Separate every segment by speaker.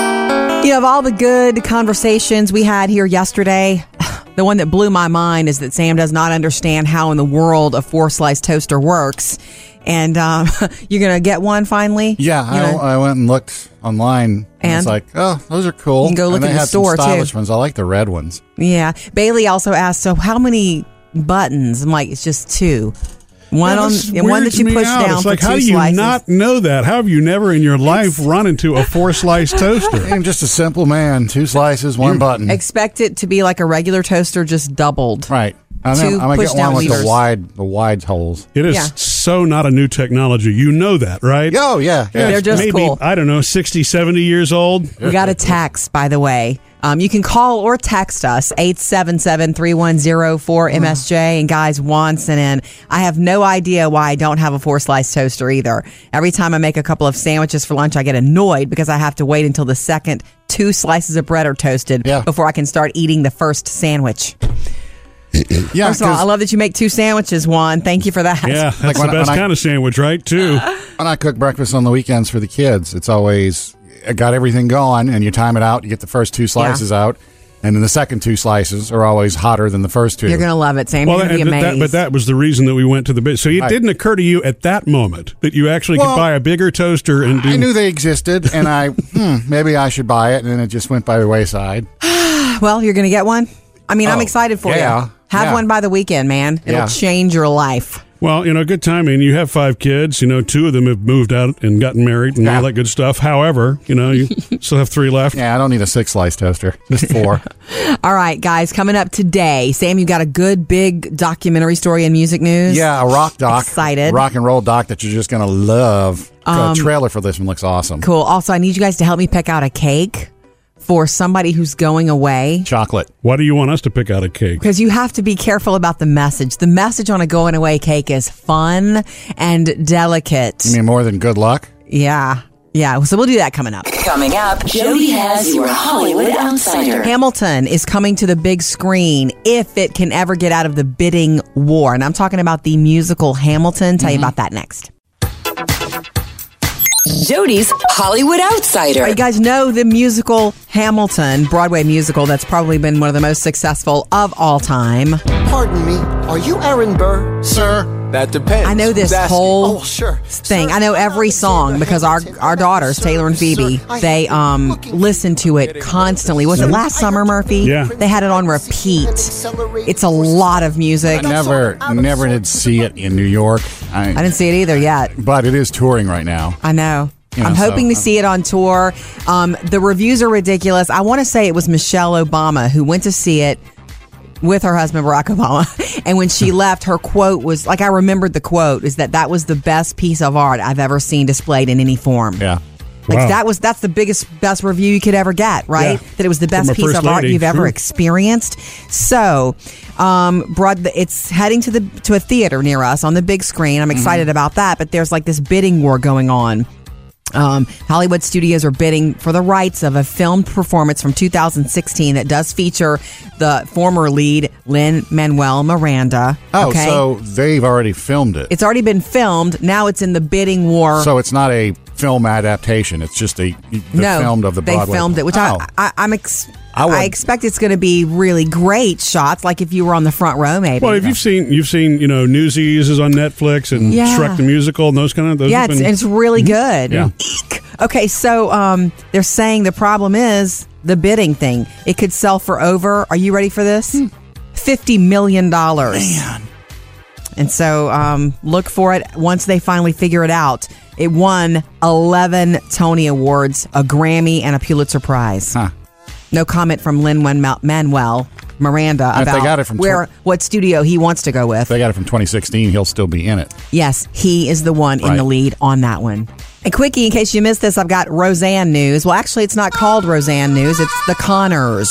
Speaker 1: You know, of all the good conversations we had here yesterday, the one that blew my mind is that Sam does not understand how in the world a four slice toaster works. And um, you're going to get one finally?
Speaker 2: Yeah,
Speaker 1: You know,
Speaker 3: uh,
Speaker 2: I, I went and looked online, and,
Speaker 1: And?
Speaker 2: it's like, oh, those are cool.
Speaker 1: You can go look
Speaker 2: and they
Speaker 1: in the
Speaker 2: have some
Speaker 1: store, too.
Speaker 2: stylish ones. I like the red ones.
Speaker 1: yeah. Bailey also asked, so how many buttons? I'm like, it's just two. One
Speaker 3: Yeah,
Speaker 1: on
Speaker 3: this
Speaker 1: and one
Speaker 3: weirds
Speaker 1: that you
Speaker 3: me
Speaker 1: push
Speaker 3: out.
Speaker 1: down
Speaker 3: It's
Speaker 1: for
Speaker 3: like,
Speaker 1: two
Speaker 3: how do you
Speaker 1: slices.
Speaker 3: not know that? How have you never in your life run into a four slice toaster?
Speaker 2: I'm just a simple man. Two slices, one button.
Speaker 1: Expect it to be like a regular toaster, just doubled.
Speaker 2: right. I'm,
Speaker 1: two
Speaker 2: gonna- I'm gonna get
Speaker 1: push-down
Speaker 2: one with
Speaker 1: levers.
Speaker 2: the wide, the wide holes.
Speaker 3: It is
Speaker 1: Yeah.
Speaker 3: so not a new technology. You know that, right?
Speaker 2: Oh yeah, yeah.
Speaker 3: It's
Speaker 1: They're just
Speaker 3: maybe,
Speaker 1: cool.
Speaker 3: I don't know, 60, 70 years old.
Speaker 1: We got a text, by the way. Um, you can call or text us 877-3104-MSJ. And guys, Juan sent in, I have no idea why I don't have a four slice toaster either. Every time I make a couple of sandwiches for lunch, I get annoyed because I have to wait until the second two slices of bread are toasted
Speaker 2: Yeah.
Speaker 1: before I can start eating the first sandwich.
Speaker 2: yeah
Speaker 1: First of all,
Speaker 2: 'cause
Speaker 1: I love that you make two sandwiches, Juan. Thank you for that.
Speaker 3: Yeah, that's
Speaker 2: when
Speaker 3: the
Speaker 2: I-
Speaker 3: best
Speaker 2: when I-
Speaker 3: kind of sandwich, right? Too.
Speaker 2: when I cook breakfast on the weekends for the kids, it's always I got everything going, and you time it out. You get the first two slices out, and then the second two slices are always hotter than the first two.
Speaker 1: You're going to love it, Sam. You're going to be
Speaker 3: and that,
Speaker 1: amazed.
Speaker 3: but that was the reason that we went to the bit. So it
Speaker 2: Right.
Speaker 3: didn't occur to you at that moment that you actually could
Speaker 2: Well,
Speaker 3: buy a bigger toaster and do.
Speaker 2: I knew they existed, and I hmm, maybe I should buy it, and then it just went by the wayside.
Speaker 1: Well, you're going to get one. I mean, I'm
Speaker 2: Oh,
Speaker 1: excited for
Speaker 2: yeah,
Speaker 1: you. Have
Speaker 2: yeah.
Speaker 1: one by the weekend, man. It'll
Speaker 2: Yeah.
Speaker 1: change your life.
Speaker 3: Well, you know, good timing. You have five kids. You know, two of them have moved out and gotten married and all
Speaker 2: Yeah.
Speaker 3: that good stuff. However, you know, you still have three left.
Speaker 2: Yeah, I don't need a six slice toaster, just four.
Speaker 1: All right, guys, coming up today, Sam, you got a good big documentary story in music news.
Speaker 2: Yeah, a rock doc.
Speaker 1: Excited. Um,
Speaker 2: Rock and roll doc that you're just going to love. the trailer for this one looks awesome.
Speaker 1: Cool. Also, I need you guys to help me pick out a cake for somebody who's going away.
Speaker 2: Chocolate.
Speaker 3: Why do you want us to pick out a cake?
Speaker 1: Because you have to be careful about the message. The message on a going away cake is fun and delicate.
Speaker 2: I mean, more than good luck.
Speaker 1: Yeah. Yeah. So we'll do that coming up.
Speaker 4: Coming up, Jody has your Hollywood Outsider.
Speaker 1: Hamilton is coming to the big screen if it can ever get out of the bidding war. And I'm talking about the musical Hamilton. Tell you about that next.
Speaker 4: Jody's Hollywood Outsider.
Speaker 1: You guys know the musical Hamilton, Broadway musical, that's probably been one of the most successful of all time.
Speaker 5: Pardon me, are you Aaron Burr?
Speaker 2: Sir,
Speaker 6: That depends.
Speaker 1: I know this
Speaker 6: Who's asking?
Speaker 1: whole
Speaker 5: Oh, sure.
Speaker 1: thing.
Speaker 5: Sir,
Speaker 1: I know
Speaker 5: I
Speaker 1: every
Speaker 5: understand
Speaker 1: song
Speaker 5: the
Speaker 1: because our
Speaker 5: Hamilton.
Speaker 1: our daughters,
Speaker 5: Sir,
Speaker 1: Taylor and
Speaker 5: sir,
Speaker 1: Phoebe,
Speaker 5: I-
Speaker 1: they um
Speaker 5: looking-
Speaker 1: listen to it constantly. Was it last summer, Murphy?
Speaker 3: Yeah.
Speaker 1: They had it on repeat. It's a lot of music. I
Speaker 2: never, never did see it in New York, I,
Speaker 1: didn't see it either yet.
Speaker 2: but it is touring right now.
Speaker 1: I know.
Speaker 2: You know,
Speaker 1: I'm
Speaker 2: so-
Speaker 1: hoping to see it on tour. Um, the reviews are ridiculous. I want to say it was Michelle Obama who went to see it with her husband Barack Obama, and when she left, her quote was like, "I remembered the quote is that that was the best piece of art I've ever seen displayed in any form."
Speaker 2: Yeah.
Speaker 1: Like
Speaker 3: Wow.
Speaker 1: that was that's the biggest best review you could ever get, right?
Speaker 3: Yeah.
Speaker 1: That it was the best
Speaker 3: From a
Speaker 1: piece
Speaker 3: first
Speaker 1: of art
Speaker 3: lady,
Speaker 1: you've ever
Speaker 3: sure.
Speaker 1: experienced. So, um, brought the, it's heading to the to a theater near us on the big screen. I'm
Speaker 3: Mm-hmm.
Speaker 1: excited about that, but there's like this bidding war going on. Um, Hollywood studios are bidding for the rights of a film performance from 2016 that does feature the former lead Lynn Manuel Miranda.
Speaker 2: Oh, so they've already filmed it.
Speaker 1: it's already been filmed. Now it's in the bidding war.
Speaker 2: so it's not a film adaptation. It's just a the
Speaker 1: no,
Speaker 2: filmed of the
Speaker 1: they
Speaker 2: Broadway.
Speaker 1: filmed it, which
Speaker 2: Oh.
Speaker 1: I, I I'm ex- I,
Speaker 2: I would-
Speaker 1: expect it's going to be really great shots, like if you were on the front row, maybe.
Speaker 3: Well, if you've seen you've seen you know Newsies is on Netflix and
Speaker 1: Yeah.
Speaker 3: Shrek the musical and those kind of those.
Speaker 1: yeah,
Speaker 3: have
Speaker 1: it's,
Speaker 3: been-
Speaker 1: it's really
Speaker 2: Mm-hmm.
Speaker 1: good.
Speaker 3: Yeah.
Speaker 1: Eek. Okay, so um, they're saying the problem is the bidding thing. It could sell for over. Are you ready for this?
Speaker 2: Hmm.
Speaker 1: Fifty million dollars. Man. And so um, look for it once they finally figure it out. It won eleven Tony Awards, a Grammy, and a Pulitzer Prize.
Speaker 2: Huh.
Speaker 1: No comment from Lynn Manuel Miranda
Speaker 2: if they
Speaker 1: about
Speaker 2: got it from
Speaker 1: where
Speaker 2: Tw-
Speaker 1: what studio he wants to go with.
Speaker 2: If they got it from 2016. He'll still be in it.
Speaker 1: Yes, he is the one in
Speaker 2: Right.
Speaker 1: the lead on that one. And quickie, in case you missed this, I've got Roseanne news. Well, actually, it's not called Roseanne news, it's The Connors.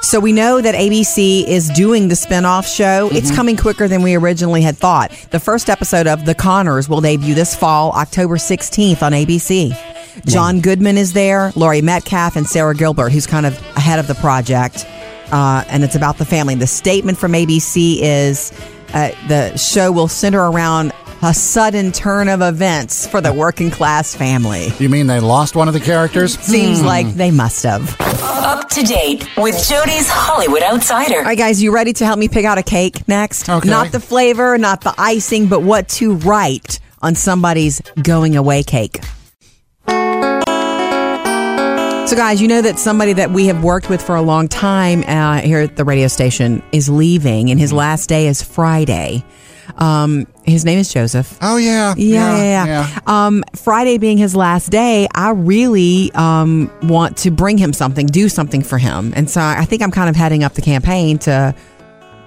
Speaker 1: So we know that ABC is doing the spinoff show. It's coming quicker than we originally had thought. The first episode of The Connors will debut this fall, October 16th on ABC. John Goodman is there, Laurie Metcalf, and Sarah Gilbert, who's kind of ahead of the project uh, and it's about the family. The statement from ABC is uh, the show will center around a sudden turn of events for the working class family.
Speaker 2: You mean they lost one of the characters?
Speaker 1: Seems like they must have.
Speaker 4: Up to date with Jody's Hollywood Outsider.
Speaker 1: All right, guys, you ready to help me pick out a cake next?
Speaker 2: Okay.
Speaker 1: Not the flavor, not the icing, but what to write on somebody's going away cake. So, guys, you know that somebody that we have worked with for a long time uh, here at the radio station is leaving, and his last day is Friday. Um, his name is Joseph.
Speaker 2: Oh yeah.
Speaker 1: Yeah, yeah, yeah. Um, Friday being his last day, I really um, want to bring him something, do something for him. And so I think I'm kind of heading up the campaign to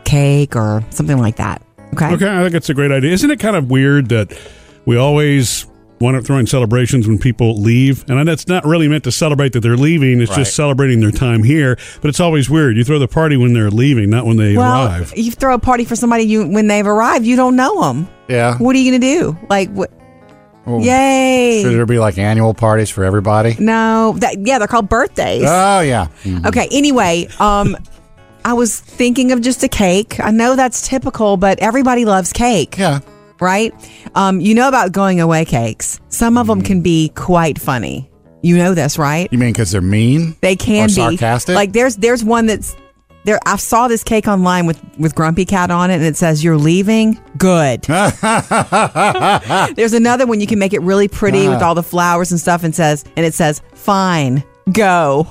Speaker 1: cake or something like that. Okay.
Speaker 3: Okay, I think it's a great idea. Isn't it kind of weird that we always wind up throwing celebrations when people leave? And that's not really meant to celebrate that they're leaving, it's
Speaker 2: Right.
Speaker 3: just celebrating their time here. But it's always weird. You throw the party when they're leaving, not when they
Speaker 1: Well,
Speaker 3: arrive.
Speaker 1: you throw a party for somebody you when they've arrived, you don't know them.
Speaker 2: Yeah.
Speaker 1: What are you going to do? Like, what?
Speaker 2: Oh.
Speaker 1: Yay!
Speaker 2: Should there be like annual parties for everybody?
Speaker 1: No, that yeah, they're called birthdays.
Speaker 2: Oh yeah. Mm.
Speaker 1: Okay. Anyway, um, I was thinking of just a cake. I know that's typical, but everybody loves cake.
Speaker 2: Yeah.
Speaker 1: right? Um, you know about going away cakes. Some of them can be quite funny. You know this, right?
Speaker 2: You mean because they're mean?
Speaker 1: They can
Speaker 2: Or
Speaker 1: be
Speaker 2: sarcastic?
Speaker 1: Like there's there's one that's there. I saw this cake online with with Grumpy Cat on it, and it says "You're leaving." Good. there's another one you can make it really pretty
Speaker 2: Ah.
Speaker 1: with all the flowers and stuff, and says and it says "Fine, go."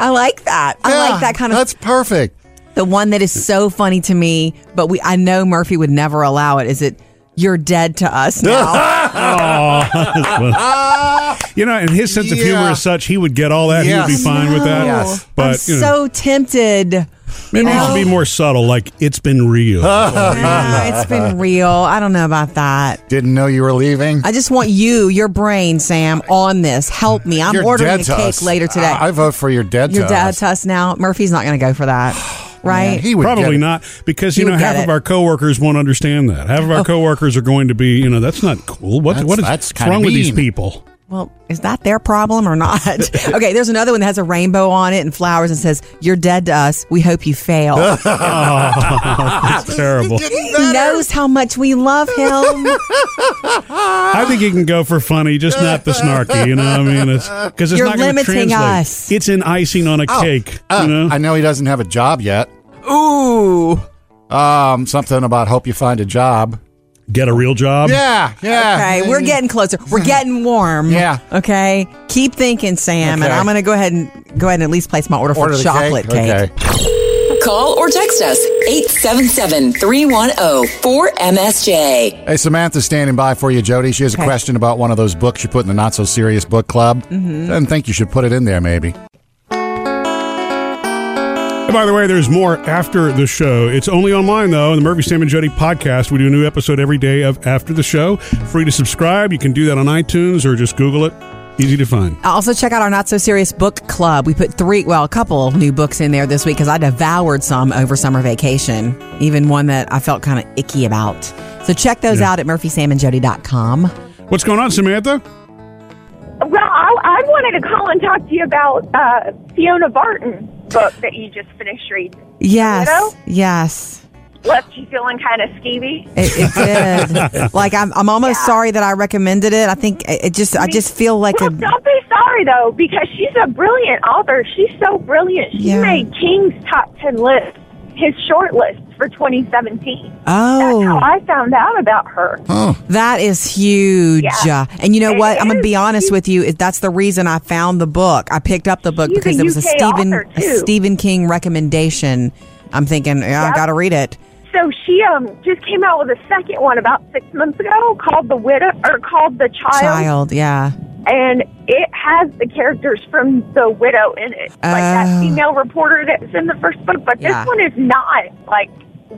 Speaker 1: I like that. I
Speaker 2: Yeah,
Speaker 1: like that kind of
Speaker 2: That's perfect.
Speaker 1: the one that is so funny to me, but we I know Murphy would never allow it. Is it you're dead to us now?
Speaker 3: You know, and his sense of humor
Speaker 2: Yeah.
Speaker 3: is such, he would get all that. He would
Speaker 2: Yes.
Speaker 3: be fine with that.
Speaker 2: Yes.
Speaker 3: But,
Speaker 1: I'm
Speaker 3: you know,
Speaker 1: so tempted.
Speaker 3: maybe it
Speaker 1: know-
Speaker 3: should be more subtle, like, it's been real.
Speaker 1: Ah, it's been real. I don't know about that.
Speaker 2: Didn't know you were leaving.
Speaker 1: I just want you, your brain, Sam, on this. Help me. I'm
Speaker 2: You're
Speaker 1: ordering
Speaker 2: dead
Speaker 1: a
Speaker 2: to
Speaker 1: cake
Speaker 2: us.
Speaker 1: later today.
Speaker 2: I I vote for your dead
Speaker 1: you're
Speaker 2: to
Speaker 1: dead
Speaker 2: us.
Speaker 1: to us now. Murphy's not going to go for that, right?
Speaker 2: Man, he would get
Speaker 3: Probably
Speaker 2: it.
Speaker 3: not, because you
Speaker 1: You
Speaker 3: know
Speaker 1: would get
Speaker 3: half of
Speaker 1: it. Oh.
Speaker 3: our coworkers won't understand that. Half of our coworkers are going to be, you know, that's not cool. What
Speaker 2: That's-
Speaker 3: what is
Speaker 2: that's
Speaker 3: what's
Speaker 2: kinda
Speaker 3: wrong with these
Speaker 2: mean.
Speaker 3: people?
Speaker 1: well, is that their problem or not? okay, there's another one that has a rainbow on it and flowers and says, "You're dead to us. We hope you fail."
Speaker 3: That's terrible.
Speaker 1: he knows how much we love him.
Speaker 3: I think you can go for funny, just not the snarky. You know, what I mean, it's because it's
Speaker 1: You're
Speaker 3: not going to
Speaker 1: limiting
Speaker 3: translate.
Speaker 1: us.
Speaker 3: It's an icing on a
Speaker 2: Oh,
Speaker 3: cake.
Speaker 2: uh,
Speaker 3: you know,
Speaker 2: I know he doesn't have a job yet.
Speaker 1: Ooh.
Speaker 2: Um, something about hope you find a job.
Speaker 3: get a real job.
Speaker 2: Yeah, yeah. Mm.
Speaker 1: Okay, we're getting closer. We're getting warm.
Speaker 2: Yeah.
Speaker 1: Okay. Keep thinking, Sam, and
Speaker 2: Okay.
Speaker 1: I'm gonna go ahead and go ahead and at least place my order for
Speaker 2: Order the
Speaker 1: chocolate cake.
Speaker 2: Okay.
Speaker 4: Call or text us oh, 877-310-4MSJ.
Speaker 2: Hey, Samantha's standing by for you, Jody. She has a
Speaker 1: Okay.
Speaker 2: question about one of those books you put in the Not So Serious Book Club. Mm-hmm. Doesn't think you should put it in there, maybe.
Speaker 3: And by the way, there's more after the show. It's only online, though, in the Murphy, Sam, and Jody podcast. We do a new episode every day of After the Show. Free to subscribe. You can do that on iTunes or just Google it. Easy to find.
Speaker 1: Also, check out our Not So Serious Book Club. We put three, well, a couple new books in there this week because I devoured some over summer vacation, even one that I felt kind of icky about. So check those out at murphysamandjody.com.
Speaker 3: What's going on, Samantha?
Speaker 6: Well, I, I wanted to call and talk to you about uh, Fiona Barton book that you just finished reading.
Speaker 1: Yes.
Speaker 6: Hello?
Speaker 1: Yes.
Speaker 6: Left you feeling kind of skeevy.
Speaker 1: It, it did. like I'm, I'm almost sorry that I recommended it. I think it it just, I just feel like
Speaker 6: well,
Speaker 1: a.
Speaker 6: don't be sorry though, because she's a brilliant author. She's so brilliant. She
Speaker 1: Yeah.
Speaker 6: made King's top ten list, his short list for 2017. That's how
Speaker 1: Oh,
Speaker 6: I found out about her.
Speaker 1: that is huge.
Speaker 6: Yeah.
Speaker 1: And you know
Speaker 6: It
Speaker 1: what? I'm going to
Speaker 6: is.
Speaker 1: be honest with you. It- That's the reason I found the book. I picked up the book
Speaker 6: She's
Speaker 1: because
Speaker 6: a
Speaker 1: it was a
Speaker 6: UK
Speaker 1: Stephen,
Speaker 6: author,
Speaker 1: a
Speaker 6: too.
Speaker 1: Stephen King recommendation. I'm thinking, yeah, I
Speaker 6: Yep.
Speaker 1: got to read it.
Speaker 6: So she um just came out with a second one about six months ago called the widow or called the
Speaker 1: Child, yeah.
Speaker 6: and it has the characters from the widow in it like
Speaker 1: Oh.
Speaker 6: that female reporter that's in the first book but
Speaker 1: Yeah.
Speaker 6: this one is not like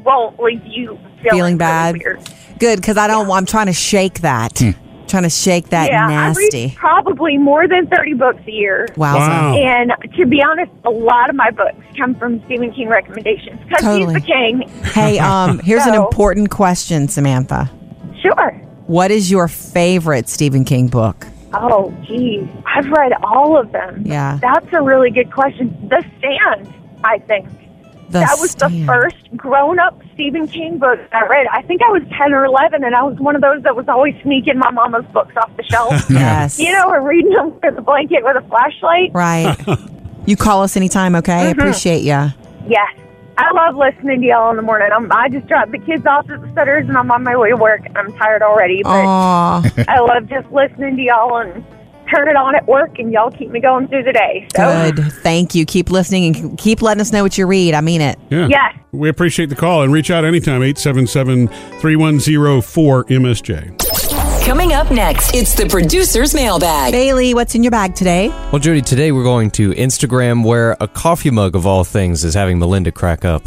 Speaker 6: won't leave you feeling,
Speaker 1: Feeling bad.
Speaker 6: really weird.
Speaker 1: Good, because I don't. I'm trying to shake that. Trying to shake that
Speaker 6: yeah i read
Speaker 1: nasty.
Speaker 6: probably more than 30 books a year
Speaker 1: Wow.
Speaker 3: Wow.
Speaker 6: and to be honest a lot of my books come from stephen king recommendations because
Speaker 1: Totally.
Speaker 6: he's the king
Speaker 1: Hey, um, here's an
Speaker 6: So-
Speaker 1: important question, Samantha.
Speaker 6: sure
Speaker 1: What is your favorite Stephen King book?
Speaker 6: oh geez i've read all of them
Speaker 1: Yeah.
Speaker 6: that's a really good question the sand i think
Speaker 1: The
Speaker 6: that was the
Speaker 1: Stand.
Speaker 6: first grown-up Stephen King book I read. I think I was ten or eleven, and I was one of those that was always sneaking my mama's books off the shelf.
Speaker 1: Yes.
Speaker 6: You know, or reading them with a blanket with a flashlight.
Speaker 1: Right. you call us anytime, okay?
Speaker 6: Mm-hmm.
Speaker 1: Appreciate ya.
Speaker 6: Yes. I love listening to y'all in the morning. I'm, I just drop the kids off at the setters and I'm on my way to work. I'm tired already, but
Speaker 1: Aw.
Speaker 6: I love just listening to y'all and turn it on at work, and y'all keep me going through the day. So,
Speaker 1: Good. Thank you. Keep listening and keep letting us know what you read. I mean it.
Speaker 3: Yeah.
Speaker 6: Yes.
Speaker 3: We appreciate the call and reach out anytime 877-3104-MSJ.
Speaker 4: Coming up next, it's the producer's mailbag.
Speaker 1: Bailey, what's in your bag today?
Speaker 7: Well, Jody, today we're going to Instagram where a coffee mug of all things is having Melinda crack up.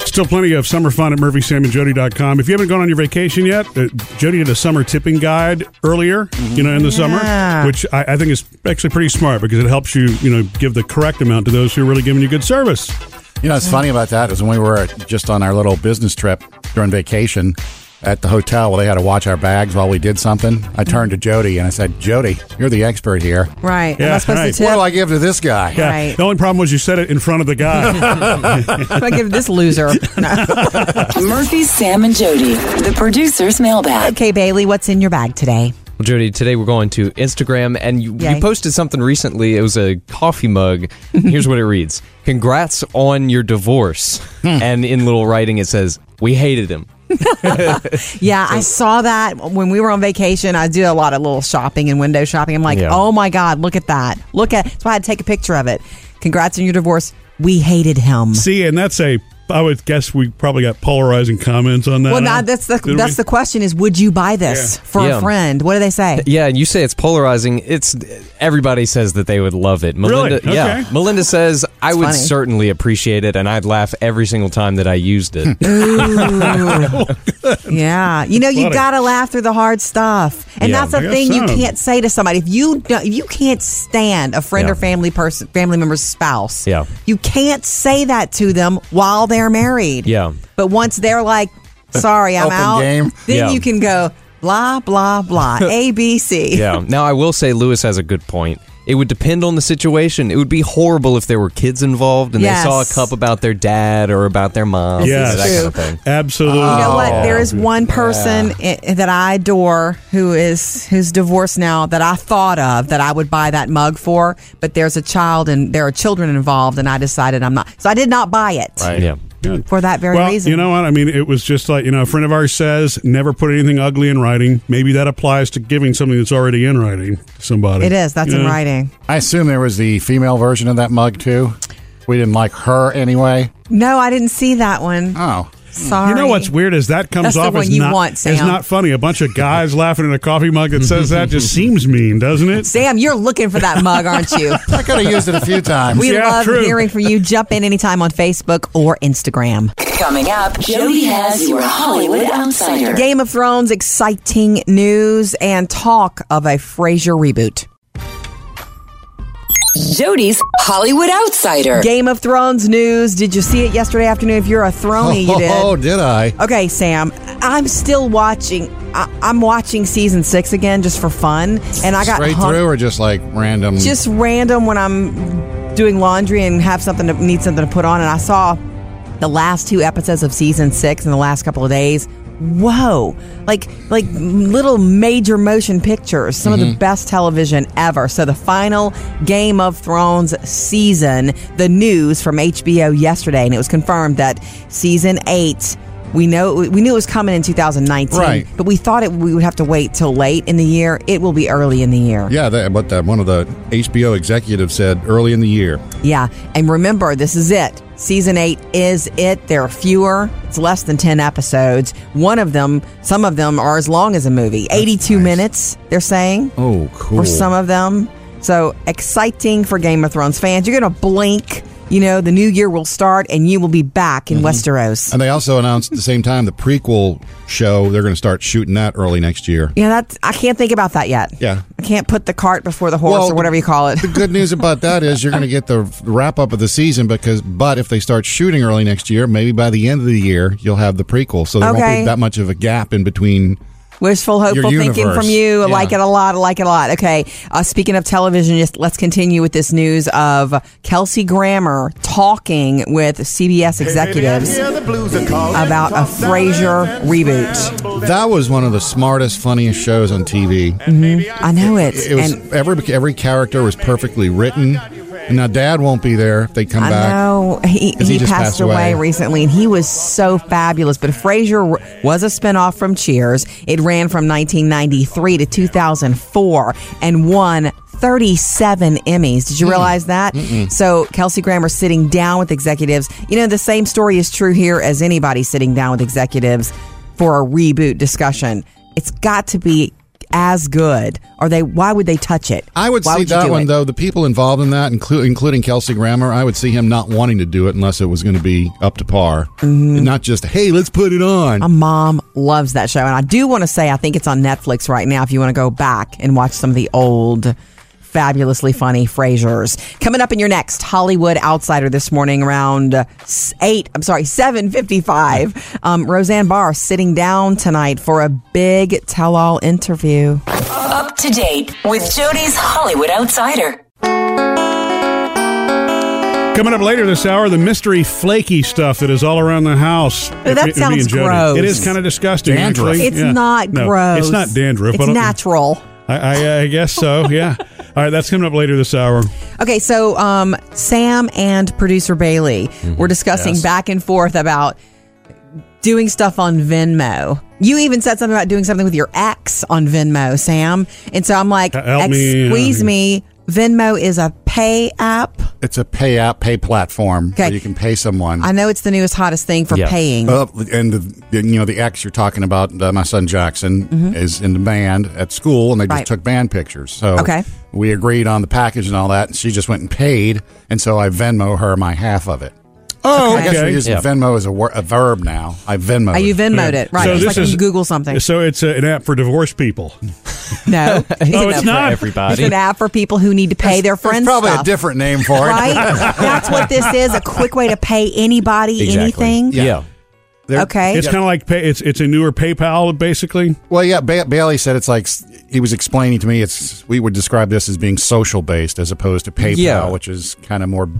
Speaker 3: Still plenty of summer fun at murphysamandjody.com. If you haven't gone on your vacation yet, uh, Jody did a summer tipping guide earlier, you know, in the
Speaker 1: Yeah.
Speaker 3: summer, which I, I think is actually pretty smart because it helps you, you know, give the correct amount to those who are really giving you good service.
Speaker 2: You know, what's funny about that is when we were just on our little business trip during vacation at the hotel where they had to watch our bags while we did something, I turned to Jody and I said, Jody, you're the expert here.
Speaker 1: Right. Am I
Speaker 3: Yeah,
Speaker 1: supposed
Speaker 3: right.
Speaker 1: to
Speaker 2: What
Speaker 1: tip?
Speaker 2: do I give to this guy?
Speaker 3: Yeah.
Speaker 1: Right.
Speaker 3: The only problem was you said it in front of the guy.
Speaker 1: I'm gonna give this loser. No.
Speaker 4: Murphy's Sam and Jody, the producer's mailbag.
Speaker 1: Okay, Bailey, what's in your bag today?
Speaker 7: Well, Jody, today we're going to Instagram, and you,
Speaker 1: Yay.
Speaker 7: you posted something recently. It was a coffee mug. Here's what it reads Congrats on your divorce.
Speaker 3: Hmm.
Speaker 7: and in little writing, it says, We hated him.
Speaker 1: Yeah, I saw that when we were on vacation. I do a lot of little shopping and window shopping. I'm like,
Speaker 7: Yeah.
Speaker 1: oh my god, look at that! Look at. That's why I had to take a picture of it. Congrats on your divorce. We hated him.
Speaker 3: See, and that's a, I would guess we probably got polarizing comments on that.
Speaker 1: Well,
Speaker 3: huh?
Speaker 1: now that's the
Speaker 3: Did
Speaker 1: that's
Speaker 3: we?
Speaker 1: the question: is would you buy this for a
Speaker 7: Yeah.
Speaker 1: friend? What do they say?
Speaker 7: Yeah, and you say it's polarizing. It's everybody says that they would love it. Melinda,
Speaker 3: Really?
Speaker 7: yeah.
Speaker 3: Okay.
Speaker 7: Melinda says I would
Speaker 1: funny.
Speaker 7: certainly appreciate it, and I'd laugh every single time that I used it.
Speaker 1: Yeah, you know you
Speaker 3: funny.
Speaker 1: gotta laugh through the hard stuff, and
Speaker 7: Yeah.
Speaker 1: that's a
Speaker 3: I guess
Speaker 1: thing you
Speaker 3: so.
Speaker 1: can't say to somebody if you don't- if you can't stand a friend
Speaker 7: Yeah.
Speaker 1: or family person, family member's spouse.
Speaker 7: Yeah.
Speaker 1: you can't say that to them while they're married.
Speaker 7: Yeah.
Speaker 1: but once they're like, "Sorry, I'm
Speaker 2: Open
Speaker 1: out,"
Speaker 2: game.
Speaker 1: then
Speaker 7: Yeah.
Speaker 1: you can go blah blah blah A B C.
Speaker 7: yeah. Now I will say Lewis has a good point. It would depend on the situation. It would be horrible if there were kids involved and
Speaker 1: Yes.
Speaker 7: they saw a cup about their dad or about their mom.
Speaker 3: Yes.
Speaker 7: that kind of thing. Oh.
Speaker 3: Absolutely.
Speaker 1: You know what?
Speaker 3: Oh,
Speaker 1: There is one person i that I adore who is who's divorced now that I thought of that I would buy that mug for, but there's a child and there are children involved, and I decided I'm not. So I did not buy it
Speaker 7: Yeah.
Speaker 3: Good.
Speaker 1: for that very
Speaker 3: well,
Speaker 1: reason.
Speaker 3: you know what? I mean, it was just like, you know, a friend of ours says, never put anything ugly in writing. Maybe that applies to giving something that's already in writing to somebody.
Speaker 1: it is. That's in
Speaker 3: Yeah.
Speaker 1: writing.
Speaker 2: I assume there was the female version of that mug too. We didn't like her anyway.
Speaker 1: No, I didn't see that one.
Speaker 2: Oh.
Speaker 1: Sorry.
Speaker 3: You know what's weird is that comes
Speaker 1: That's the
Speaker 3: off as
Speaker 1: one you
Speaker 3: not,
Speaker 1: want,
Speaker 3: as
Speaker 1: Sam.
Speaker 3: not funny. A bunch of guys laughing in a coffee mug that says that just seems mean, doesn't it?
Speaker 1: Sam, you're looking for that mug, aren't you?
Speaker 2: I could have used it a few times.
Speaker 1: We
Speaker 3: Yeah,
Speaker 1: love
Speaker 3: true.
Speaker 1: hearing from you. Jump in anytime on Facebook or Instagram.
Speaker 4: Coming up, Jody has your Hollywood outsider.
Speaker 1: Game of Thrones exciting news and talk of a Frasier reboot.
Speaker 4: Jody's Hollywood outsider.
Speaker 1: Game of Thrones news. Did you see it yesterday afternoon? If you're a Throny, you
Speaker 2: Oh,
Speaker 1: did.
Speaker 2: did I?
Speaker 1: Okay, Sam, I'm still watching. I- I'm watching season six again just for fun, and I got
Speaker 2: Straight
Speaker 1: hung-
Speaker 2: through or just like random?
Speaker 1: just random when I'm doing laundry and have something to need something to put on, and I saw the last two episodes of season six in the last couple of days. Whoa! Like like little major motion pictures, some of the best television ever. So the final Game of Thrones season, the news from HBO yesterday, and it was confirmed that season eight. We know we knew it was coming in 2019,
Speaker 2: Right.
Speaker 1: but we thought it we would have to wait till late in the year. It will be early in the year.
Speaker 2: yeah, that, but that one of the HBO executives said early in the year.
Speaker 1: Yeah. And remember, this is it. Season eight is it. There are fewer, it's less than 10 episodes. One of them, some of them are as long as a movie 82 minutes, they're saying,
Speaker 2: Oh, cool.
Speaker 1: for some of them. So exciting for Game of Thrones fans. You're going to blink. You know, the new year will start and you will be back in
Speaker 2: Mm-hmm.
Speaker 1: Westeros.
Speaker 2: And they also announced at the same time the prequel show. They're going to start shooting that early next year.
Speaker 1: Yeah, that's, I can't think about that yet.
Speaker 2: Yeah.
Speaker 1: I can't put the cart before the horse
Speaker 2: Well,
Speaker 1: or whatever you call it.
Speaker 2: The good news about that is you're going to get the wrap up of the season because, but if they start shooting early next year, maybe by the end of the year you'll have the prequel, so there won't
Speaker 1: Okay.
Speaker 2: be that much of a gap in between
Speaker 1: Wishful, hopeful
Speaker 2: Your
Speaker 1: thinking
Speaker 2: universe.
Speaker 1: from you. I
Speaker 7: Yeah.
Speaker 1: like it a lot. I like it a lot. Okay. Uh, speaking of television, just let's continue with this news of Kelsey Grammer talking with CBS executives about a Frasier reboot.
Speaker 2: That was one of the smartest, funniest shows on TV.
Speaker 1: I know it.
Speaker 2: It was
Speaker 1: Mm-hmm. and
Speaker 2: every every character was perfectly written. And now Dad won't be there if they come
Speaker 1: I
Speaker 2: back.
Speaker 1: know he,
Speaker 2: 'Cause he
Speaker 1: he
Speaker 2: just
Speaker 1: passed,
Speaker 2: passed
Speaker 1: away.
Speaker 2: away.
Speaker 1: recently, and he was so fabulous. But Frasier was a spinoff from Cheers. It ran from 1993 to 2004 and won 37 Emmys. Did you
Speaker 2: Mm.
Speaker 1: realize that? So Kelsey Grammer sitting down with executives. You know, the same story is true here as anybody sitting down with executives for a reboot discussion. It's got to be as good, or they why would they touch it?
Speaker 2: I would
Speaker 1: why
Speaker 2: see
Speaker 1: you
Speaker 2: that
Speaker 1: do
Speaker 2: one
Speaker 1: it?
Speaker 2: though. The people involved in that, inclu- including Kelsey Grammer, I would see him not wanting to do it unless it was going to be up to par,
Speaker 1: Mm-hmm.
Speaker 2: And not just hey, let's put it on.
Speaker 1: My mom loves that show. And I do want to say, I think it's on Netflix right now if you want to go back and watch some of the old, fabulously funny Frasers. Coming up in your next Hollywood Outsider this morning around uh, s- 8, I'm sorry, 7.55, um, Roseanne Barr sitting down tonight for a big tell-all interview.
Speaker 4: Up to date with Jody's Hollywood Outsider.
Speaker 3: Coming up later this hour, the mystery flaky stuff that is all around the house.
Speaker 1: that
Speaker 3: It- it- me and
Speaker 1: sounds
Speaker 3: Jody.
Speaker 1: gross.
Speaker 3: It is kind of disgusting.
Speaker 2: Dandruff.
Speaker 3: actually.
Speaker 1: It's
Speaker 3: Yeah.
Speaker 1: not
Speaker 3: No,
Speaker 1: gross.
Speaker 3: It's not dandruff.
Speaker 1: It's
Speaker 3: but
Speaker 1: natural.
Speaker 3: I, I, I guess so. Yeah. All right, that's coming up later this hour.
Speaker 1: Okay, so um, Sam and producer Bailey
Speaker 3: Mm-hmm.
Speaker 1: were discussing
Speaker 2: Yes.
Speaker 1: back and forth about doing stuff on Venmo. You even said something about doing something with your ex on Venmo, Sam. And so I'm like,
Speaker 3: H- help me,
Speaker 1: excuse
Speaker 3: uh,
Speaker 1: me, Venmo is a pay app.
Speaker 2: It's a pay out pay platform
Speaker 1: Okay.
Speaker 2: where you can pay someone.
Speaker 1: I know it's the newest hottest thing for
Speaker 7: Yeah.
Speaker 1: paying.
Speaker 3: Oh.
Speaker 2: Uh, and the, the- you know the ex you're talking about, uh, my son Jackson is in the band at school, and they just
Speaker 1: Mm-hmm. Right.
Speaker 2: took band pictures. So
Speaker 1: Okay.
Speaker 2: we agreed on the package and all that, and she just went and paid, and so I Venmo her my half of it.
Speaker 3: Oh,
Speaker 2: I guess we use
Speaker 7: Yeah.
Speaker 2: Venmo as a, wor- a verb now. I Venmo.
Speaker 1: Oh, you Venmoed it, right?
Speaker 3: So
Speaker 1: it's
Speaker 3: this
Speaker 1: like when
Speaker 3: is-
Speaker 1: you Google something.
Speaker 3: So it's a, an app for divorced people.
Speaker 1: no, it's, an
Speaker 3: Oh, it's
Speaker 1: app for-
Speaker 3: not?
Speaker 1: It's
Speaker 7: everybody.
Speaker 1: an app for people who need to pay their friends.
Speaker 2: It's probably
Speaker 1: stuff,
Speaker 2: a different name for it.
Speaker 1: right? That's what this is—a quick way to pay anybody anything.
Speaker 7: Yeah.
Speaker 2: They're-
Speaker 1: Okay.
Speaker 3: It's kind of like pay, it's it's a newer PayPal, basically.
Speaker 2: Well, yeah. Ba- Bailey said it's like s- he was explaining to me. It's we would describe this as being social based as opposed to PayPal,
Speaker 7: Yeah.
Speaker 2: which is kind of more.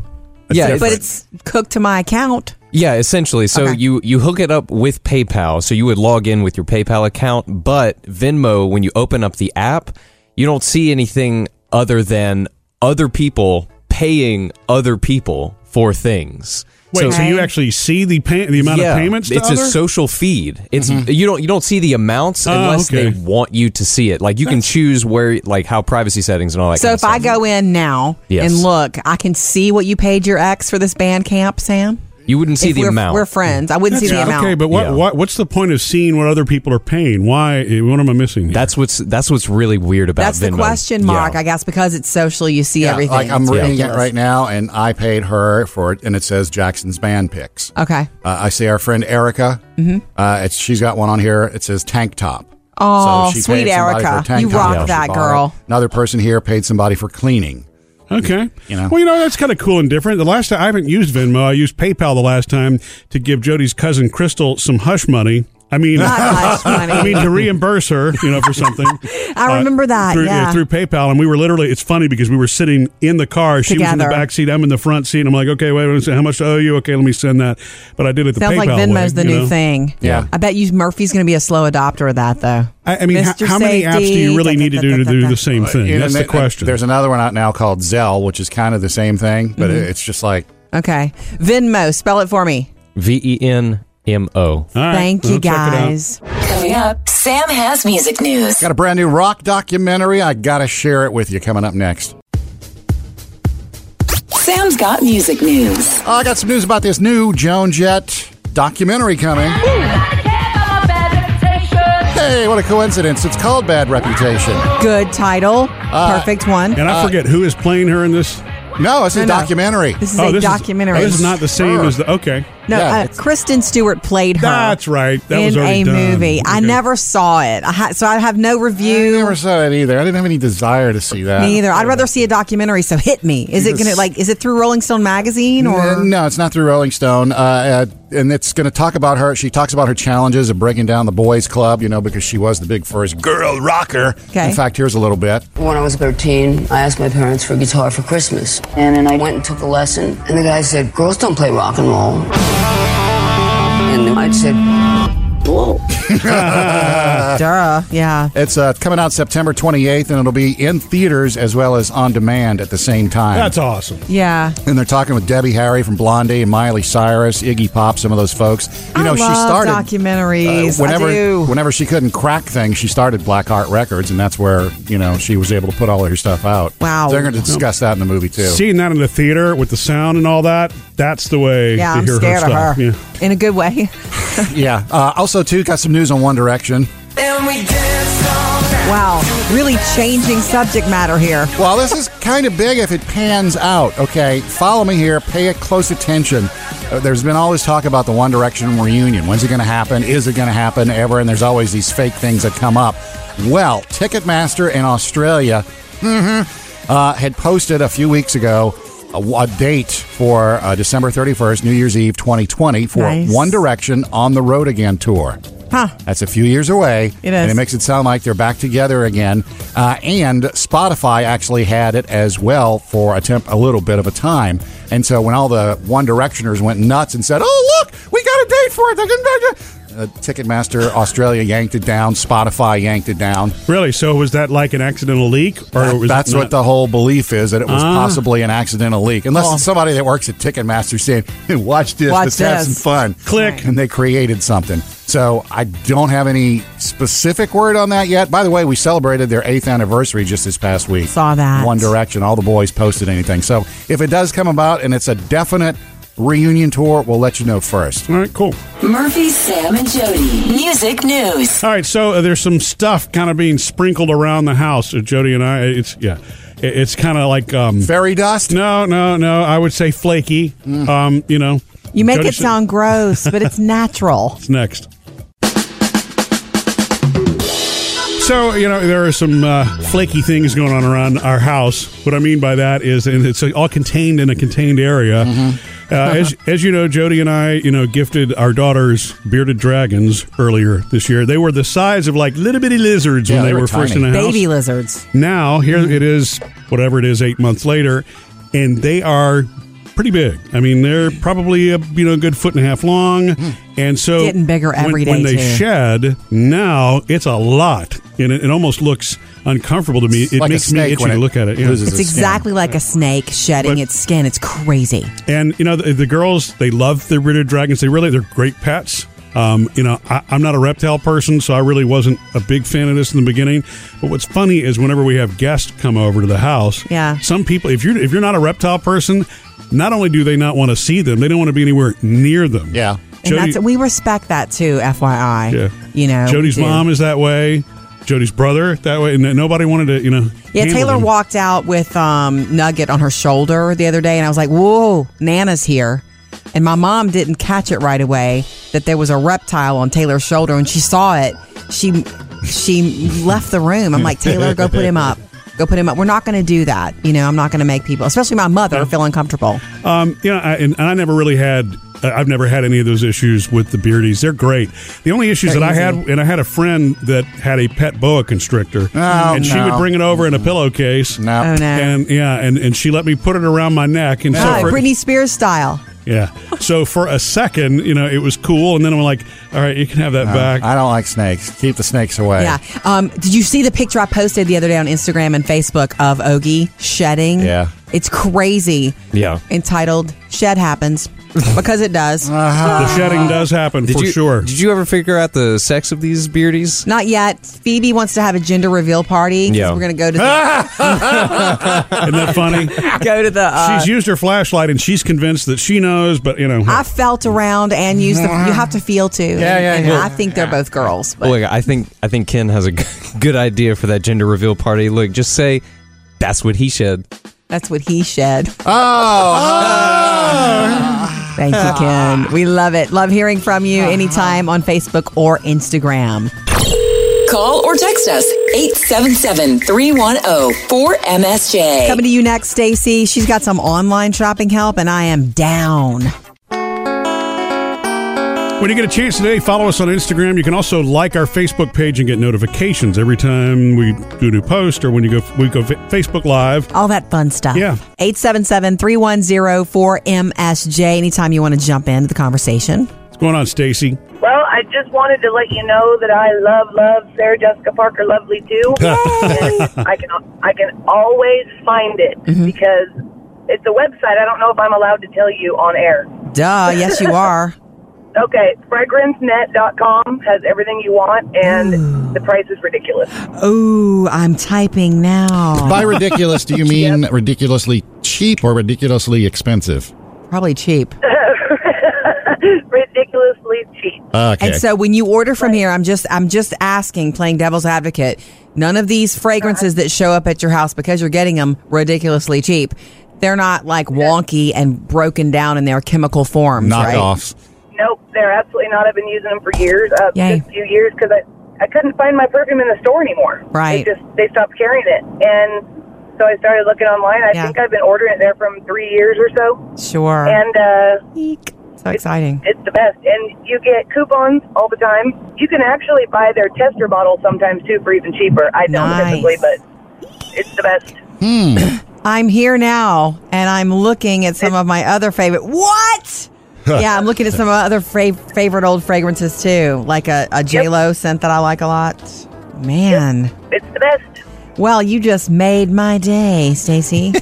Speaker 7: Yeah,
Speaker 2: different.
Speaker 1: but it's cooked to my account.
Speaker 7: Yeah, essentially. So
Speaker 1: Okay.
Speaker 7: you you hook it up with PayPal. So you would log in with your PayPal account, but Venmo when you open up the app, you don't see anything other than other people paying other people for things.
Speaker 3: Wait, so,
Speaker 1: Okay.
Speaker 3: you actually see the pay, the amount
Speaker 7: yeah,
Speaker 3: of payments? To
Speaker 7: it's
Speaker 3: other?
Speaker 7: a social feed. It's you don't you don't see the amounts
Speaker 3: Oh,
Speaker 7: unless
Speaker 3: okay.
Speaker 7: they want you to see it. Like you can choose where like how privacy settings and all that.
Speaker 1: So
Speaker 7: kind
Speaker 1: if I go in now
Speaker 7: Yes.
Speaker 1: and look, I can see what you paid your ex for this band camp, Sam.
Speaker 7: you wouldn't see
Speaker 1: if
Speaker 7: the
Speaker 1: we're,
Speaker 7: amount.
Speaker 1: We're friends. I wouldn't see the amount.
Speaker 3: Okay, but what,
Speaker 7: Yeah.
Speaker 3: what what's the point of seeing what other people are paying? Why? What am I missing? here?
Speaker 7: that's what's that's what's really weird about
Speaker 1: That's the
Speaker 7: Venmo.
Speaker 1: question mark.
Speaker 7: Yeah.
Speaker 1: I guess because it's social, you see
Speaker 2: Yeah,
Speaker 1: everything.
Speaker 2: Like I'm
Speaker 1: It's
Speaker 2: reading it
Speaker 1: ridiculous.
Speaker 2: right now, and I paid her for it, and it says Jackson's band picks. Uh,
Speaker 1: Okay.
Speaker 2: I see our friend Erica. Mm-hmm. Uh, it's, she's got one on here. It says tank top.
Speaker 1: Oh,
Speaker 2: so she
Speaker 1: sweet
Speaker 2: paid somebody for a
Speaker 1: Erica.
Speaker 2: tank
Speaker 1: You
Speaker 2: top
Speaker 1: rock
Speaker 2: she
Speaker 1: that
Speaker 2: bought it.
Speaker 1: girl.
Speaker 2: Another person here paid somebody for cleaning.
Speaker 3: Okay.
Speaker 2: You know.
Speaker 3: Well, you know, that's kind of cool and different. The last time I haven't used Venmo, I used PayPal the last time to give Jody's cousin Crystal some hush money. I mean,
Speaker 1: Not hush money.
Speaker 3: I mean to reimburse her, you know, for something.
Speaker 1: I
Speaker 3: Uh,
Speaker 1: remember that.
Speaker 3: through,
Speaker 1: yeah.
Speaker 3: through PayPal, and we were literally. It's funny because we were sitting in the car. She was in the
Speaker 1: Together.
Speaker 3: back seat. I'm in the front seat. I'm like, okay, wait a minute. How much to owe you? Okay, let me send that. But I did it the
Speaker 1: Sounds
Speaker 3: PayPal
Speaker 1: like Venmo's
Speaker 3: way,
Speaker 1: the
Speaker 3: you
Speaker 1: new
Speaker 3: know?
Speaker 1: thing.
Speaker 2: Yeah.
Speaker 1: I bet you Murphy's going to be a slow adopter of that, though.
Speaker 3: I, I mean, h-
Speaker 1: Mr.
Speaker 3: how many apps do you
Speaker 1: Safety,
Speaker 3: really
Speaker 1: da,
Speaker 3: need to
Speaker 1: da,
Speaker 3: do
Speaker 1: da,
Speaker 3: to
Speaker 1: da,
Speaker 3: do
Speaker 1: da.
Speaker 3: the same thing?
Speaker 2: You know,
Speaker 3: That's
Speaker 2: and
Speaker 3: the
Speaker 2: they-
Speaker 3: question.
Speaker 2: There's another one out now called Zelle, which is kind of the same thing, but
Speaker 3: Mm-hmm.
Speaker 2: it it's just like
Speaker 1: Okay. Venmo, spell it for me.
Speaker 7: V E N M O.
Speaker 3: All right,
Speaker 1: Thank you,
Speaker 3: I'll check it out.
Speaker 1: guys.
Speaker 4: Coming up, Sam has music news.
Speaker 2: got a brand new rock documentary. I gotta share it with you coming up next.
Speaker 4: Sam's got music news.
Speaker 2: Uh, I got some news about this new Joan Jett documentary coming. Hey, what a coincidence! It's called Bad Reputation.
Speaker 1: Good title.
Speaker 7: Uh,
Speaker 1: Perfect one.
Speaker 3: And
Speaker 2: Uh,
Speaker 3: I forget who is playing her in this.
Speaker 2: No, it's a
Speaker 1: No, no.
Speaker 2: documentary.
Speaker 1: This is
Speaker 3: Oh,
Speaker 1: a
Speaker 3: this is-
Speaker 1: documentary.
Speaker 3: oh, this is not the same as the. Okay.
Speaker 1: No,
Speaker 2: Yeah,
Speaker 1: uh,
Speaker 2: it's-
Speaker 1: Kristen Stewart played her.
Speaker 3: That's right. That
Speaker 1: in
Speaker 3: was already
Speaker 1: a
Speaker 3: done.
Speaker 1: movie. I
Speaker 3: Okay.
Speaker 1: never saw it, I ha- so I have no
Speaker 2: I
Speaker 1: review.
Speaker 2: never saw that either. I didn't have any desire to see that.
Speaker 1: Me either. I'd rather see a documentary. So hit me. Is it gonna
Speaker 2: Yes.
Speaker 1: like? Is it through Rolling Stone magazine or?
Speaker 2: no, it's not through Rolling Stone. Uh, uh, and it's going to talk about her. She talks about her challenges of breaking down the boys' club, you know, because she was the big first girl rocker.
Speaker 1: Okay.
Speaker 2: In fact, here's a little bit.
Speaker 8: When I was 13, I asked my parents for a guitar for Christmas. And then I went and took a lesson. And the guy said, Girls don't play rock and roll. And then I said, Blow.
Speaker 1: Duh. Yeah.
Speaker 2: It's uh, coming out September 28th, and it'll be in theaters as well as on demand at the same time.
Speaker 3: That's awesome.
Speaker 1: Yeah.
Speaker 2: and they're talking with Debbie Harry from Blondie and Miley Cyrus, Iggy Pop, some of those folks.
Speaker 1: I
Speaker 2: You know, she
Speaker 1: love
Speaker 2: started
Speaker 3: uh,
Speaker 2: uh,
Speaker 1: documentaries. I
Speaker 2: whenever,
Speaker 1: do.
Speaker 2: whenever she couldn't crack things, she started Black Heart Records, and that's where you know she was able to put all of her stuff out.
Speaker 1: Wow.
Speaker 2: they're going to discuss that in the movie too.
Speaker 3: Seeing that in the theater with the sound and all that, that's the way
Speaker 1: Yeah.
Speaker 3: to
Speaker 1: I'm
Speaker 3: hear
Speaker 1: scared
Speaker 3: her
Speaker 1: of
Speaker 3: stuff.
Speaker 1: her.
Speaker 3: Yeah.
Speaker 1: In a good way.
Speaker 2: yeah. Uh, also, too, got some news on One Direction.
Speaker 1: Wow. Really changing subject matter here.
Speaker 2: Well, this is kind of big if it pans out. Okay, follow me here. Pay a close attention. Uh, there's been all this talk about the One Direction reunion. When's it going to happen? Is it going to happen ever? And there's always these fake things that come up. Well, Ticketmaster in Australia uh, had posted a few weeks ago a, a date for uh, December 31st, New Year's Eve 2020, for
Speaker 1: Nice.
Speaker 2: One Direction on the road again tour.
Speaker 1: Huh.
Speaker 2: That's a few years away.
Speaker 1: It
Speaker 2: And
Speaker 1: is.
Speaker 2: it makes it sound like they're back together again. Uh, and Spotify actually had it as well for a temp, a little bit of a time. And so when all the One Directioners went nuts and said, "Oh look, we got a date for it," they're getting back to-" Uh, Ticketmaster Australia yanked it down. Spotify yanked it down.
Speaker 3: Really? So was that like an accidental leak, or
Speaker 2: That-
Speaker 3: was
Speaker 2: that's
Speaker 3: it
Speaker 2: what
Speaker 3: not-
Speaker 2: the whole belief is that it was
Speaker 3: Ah.
Speaker 2: possibly an accidental leak, unless it's somebody that works at Ticketmaster saying, "Hey, "Watch this,
Speaker 1: Watch
Speaker 2: let's have some
Speaker 1: this."
Speaker 2: fun."
Speaker 3: Click. Right.
Speaker 2: and they created something. So I don't have any specific word on that yet. By the way, we celebrated their eighth anniversary just this past week.
Speaker 1: Saw that.
Speaker 2: One Direction. All the boys posted anything. So if it does come about and it's a definite reunion tour, we'll let you know first.
Speaker 3: All right, cool.
Speaker 4: Murphy, Sam, and Jody. Music news.
Speaker 3: All right, so uh, there's some stuff kind of being sprinkled around the house. Uh, Jody and I, it's yeah, It- it's kind of like um,
Speaker 2: Fairy dust.
Speaker 3: no, no, no. I would say flaky. Um, you know,
Speaker 1: Mm. You make
Speaker 3: Jody
Speaker 1: it
Speaker 3: said-
Speaker 1: sound gross, but it's natural.
Speaker 3: It's next. So you know there are some uh, flaky things going on around our house. What I mean by that is, and it's uh, all contained in a contained area.
Speaker 2: Mm-hmm.
Speaker 3: Uh, as as you know, Jody and I, you know, gifted our daughters bearded dragons earlier this year. They were the size of like little bitty lizards
Speaker 2: Yeah,
Speaker 3: when
Speaker 2: they
Speaker 3: they,
Speaker 2: were
Speaker 3: were, first in
Speaker 2: tiny.
Speaker 3: the house.
Speaker 1: Baby lizards.
Speaker 3: Now here it is, whatever it is, eight months later, and they are pretty big. I mean, they're probably a you know a good foot and a half long, and so
Speaker 1: Getting bigger every
Speaker 3: every
Speaker 1: day,
Speaker 3: day. when, When they
Speaker 1: too.
Speaker 3: shed, now it's a lot, and it, it almost looks uncomfortable to me. It
Speaker 2: Like a
Speaker 3: makes me
Speaker 2: snake
Speaker 3: itchy
Speaker 2: when
Speaker 3: to
Speaker 2: it
Speaker 3: look at it. yeah.
Speaker 2: loses
Speaker 1: It's
Speaker 2: It's skin.
Speaker 1: exactly like a snake shedding
Speaker 3: But-
Speaker 1: its skin. It's crazy.
Speaker 3: And you know the, the girls, they love their bearded dragons. They really, they're great pets. Um, you know, I, I'm not a reptile person, so I really wasn't a big fan of this in the beginning. But what's funny is whenever we have guests come over to the house,
Speaker 1: Yeah.
Speaker 3: some people, if you're if you're not a reptile person, not only do they not want to see them, they don't want to be anywhere near them.
Speaker 2: Yeah.
Speaker 1: And
Speaker 3: Jody-
Speaker 1: that's we respect that too, FYI.
Speaker 3: Yeah.
Speaker 1: You know.
Speaker 3: Jody's
Speaker 1: we do.
Speaker 3: mom is that way. Jody's brother that way, and nobody wanted to, you know.
Speaker 1: Yeah,
Speaker 3: handle
Speaker 1: Taylor
Speaker 3: them.
Speaker 1: walked out with um, Nugget on her shoulder the other day, and I was like, "Whoa, Nana's here!" And my mom didn't catch it right away that there was a reptile on Taylor's shoulder. When she saw it, she she left the room. I'm like, "Taylor, go put him up. Go put him up. We're not going to do that. You know, I'm not going to make people, especially my mother, feel uncomfortable."
Speaker 3: Um, you know, I, and, and I never really had. I- I've never had any of those issues with the beardies. They're great. The only issues
Speaker 1: They're
Speaker 3: that I
Speaker 1: easy.
Speaker 3: had, and I had a friend that had a pet boa constrictor,
Speaker 2: Oh,
Speaker 3: and she
Speaker 2: no.
Speaker 3: would bring it over in a pillowcase.
Speaker 2: No.
Speaker 1: Oh no,
Speaker 3: Uh, And yeah, and, and she let me put it around my neck, and
Speaker 1: Ah,
Speaker 3: so for,
Speaker 1: Britney Spears style.
Speaker 3: yeah, so for a second, you know, it was cool, and then I'm like, all right, you can have that
Speaker 1: Uh,
Speaker 3: back.
Speaker 2: I don't like snakes. Keep the snakes away.
Speaker 1: Yeah. Um, did you see the picture I posted the other day on Instagram and Facebook of Ogie shedding?
Speaker 2: Yeah.
Speaker 1: It's crazy.
Speaker 7: Yeah.
Speaker 1: Entitled Shed Happens because it does.
Speaker 2: Uh-huh.
Speaker 1: uh-huh.
Speaker 3: the shedding does happen for
Speaker 7: you,
Speaker 3: sure.
Speaker 7: Did you ever figure out the sex of these beardies?
Speaker 1: Not yet. Phoebe wants to have a gender reveal party. 'cause
Speaker 7: Yeah.
Speaker 1: We're gonna go to the,
Speaker 3: Isn't that funny?
Speaker 1: go to the. Uh,
Speaker 3: she's used her flashlight, and she's convinced that she knows, but you know,
Speaker 1: I felt around and used the. You have to feel too.
Speaker 2: Yeah,
Speaker 1: and,
Speaker 2: yeah,
Speaker 1: and
Speaker 2: yeah.
Speaker 1: I think they're both girls. But
Speaker 7: Look, I think I think Ken has a g- good idea for that gender reveal party. Look, just say that's what he said.
Speaker 1: that's what he shed.
Speaker 2: Oh.
Speaker 1: Thank you, Ken. We love it. Love hearing from you
Speaker 2: Uh-huh.
Speaker 1: anytime on Facebook or Instagram.
Speaker 4: Call or text us 877 310 4MSJ.
Speaker 1: Coming to you next, Stacy. She's got some online shopping help, and I am down.
Speaker 3: When you get a chance today, follow us on Instagram. You can also like our Facebook page and get notifications every time we do a new post or when you go we go fa- Facebook Live.
Speaker 1: All that fun stuff.
Speaker 3: Yeah.
Speaker 1: 877 310 4MSJ. Anytime you want to jump into the conversation.
Speaker 3: What's going on, Stacy?
Speaker 6: Well, I just wanted to let you know that I love, love Sarah Jessica Parker Lovely too. and I can I can always find it because it's a website. I don't know if I'm allowed to tell you on air.
Speaker 1: Duh. Yes, you are.
Speaker 6: Okay, fragrancenet.com has everything you want, and the price is ridiculous.
Speaker 1: Ooh, I'm typing now.
Speaker 2: By ridiculous, do you mean ridiculously cheap or ridiculously expensive?
Speaker 1: Probably cheap.
Speaker 6: Ridiculously cheap.
Speaker 2: Uh, okay.
Speaker 1: And so when you order from here, I'm just I'm just asking, playing devil's advocate. None of these fragrances that show up at your house because you're getting them ridiculously cheap. They're not like wonky and broken down in their chemical forms, right?
Speaker 2: Knockoffs.
Speaker 6: Nope, they're absolutely not. I've been using them for years, uh,
Speaker 1: Yay.
Speaker 6: just a few years, because I, I couldn't find my perfume in the store anymore.
Speaker 1: Right.
Speaker 6: They just they stopped carrying it, and so I started looking online. I
Speaker 1: Yeah.
Speaker 6: think I've been ordering it there from three years or so,
Speaker 1: Sure.
Speaker 6: and uh,
Speaker 1: Eek. so exciting.
Speaker 6: it's the best. And you get coupons all the time. You can actually buy their tester bottle sometimes too for even cheaper. I don't
Speaker 1: Nice.
Speaker 6: typically, but it's the best.
Speaker 1: I'm here now and I'm looking at some of my other favorite. What? yeah, I'm looking at some other fra- favorite old fragrances too, like a, a J-Lo scent that I like a lot. Man.
Speaker 6: It's the best.
Speaker 1: Well, you just made my day, Stacy.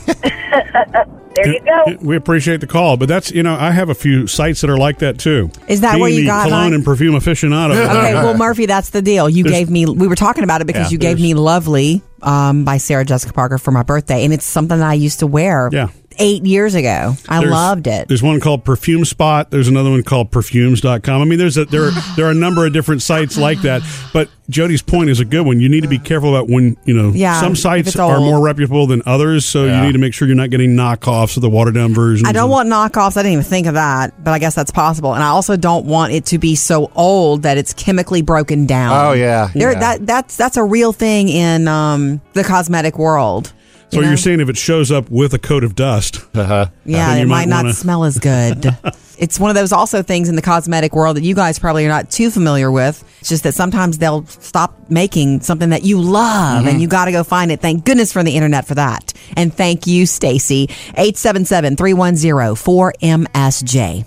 Speaker 6: There you go.
Speaker 3: We appreciate the call, but that's you know I have a few sites that are like that too.
Speaker 1: Is that
Speaker 3: Being
Speaker 1: where you
Speaker 3: the
Speaker 1: got
Speaker 3: cologne
Speaker 1: mine?
Speaker 3: and perfume aficionado?
Speaker 1: Okay, well, Murphy, that's the deal. You
Speaker 3: There's-
Speaker 1: gave me, we were talking about it because
Speaker 3: Yeah,
Speaker 1: you gave me
Speaker 3: there's-
Speaker 1: Lovely um, by Sarah Jessica Parker for my birthday. And it's something that I used to wear
Speaker 3: Yeah.
Speaker 1: eight years ago. I
Speaker 3: There's-
Speaker 1: loved it.
Speaker 3: There's one called Perfume Spot. There's another one called perfumes.com. I mean, there's a, there are, there are a number of different sites like that. But Jody's point is a good one. You need to be careful about when, you know,
Speaker 1: Yeah,
Speaker 3: some
Speaker 1: if
Speaker 3: sites
Speaker 1: it's
Speaker 3: are
Speaker 1: old.
Speaker 3: more reputable than others. So
Speaker 2: Yeah.
Speaker 3: you need to make sure you're not getting knockoffs of the watered down versions.
Speaker 1: I don't
Speaker 3: and-
Speaker 1: want knockoffs. I didn't even think of that, but I guess that's possible. And I also don't want it to be so old that it's chemically broken down.
Speaker 2: Oh, yeah,
Speaker 1: There,
Speaker 2: yeah.
Speaker 1: That, that's, that's a real thing in um, the cosmetic world.
Speaker 3: So
Speaker 1: you know?
Speaker 3: you're saying if it shows up with a coat of dust,
Speaker 2: Uh-huh.
Speaker 1: Yeah,
Speaker 3: then you
Speaker 1: it might
Speaker 3: might
Speaker 1: not
Speaker 3: wanna-
Speaker 1: smell as good. it's one of those also things in the cosmetic world that you guys probably are not too familiar with. It's just that sometimes they'll stop making something that you love
Speaker 3: Mm-hmm.
Speaker 1: and you got to go find it. Thank goodness for the internet for that. And thank you, Stacy. 877-310-4MSJ.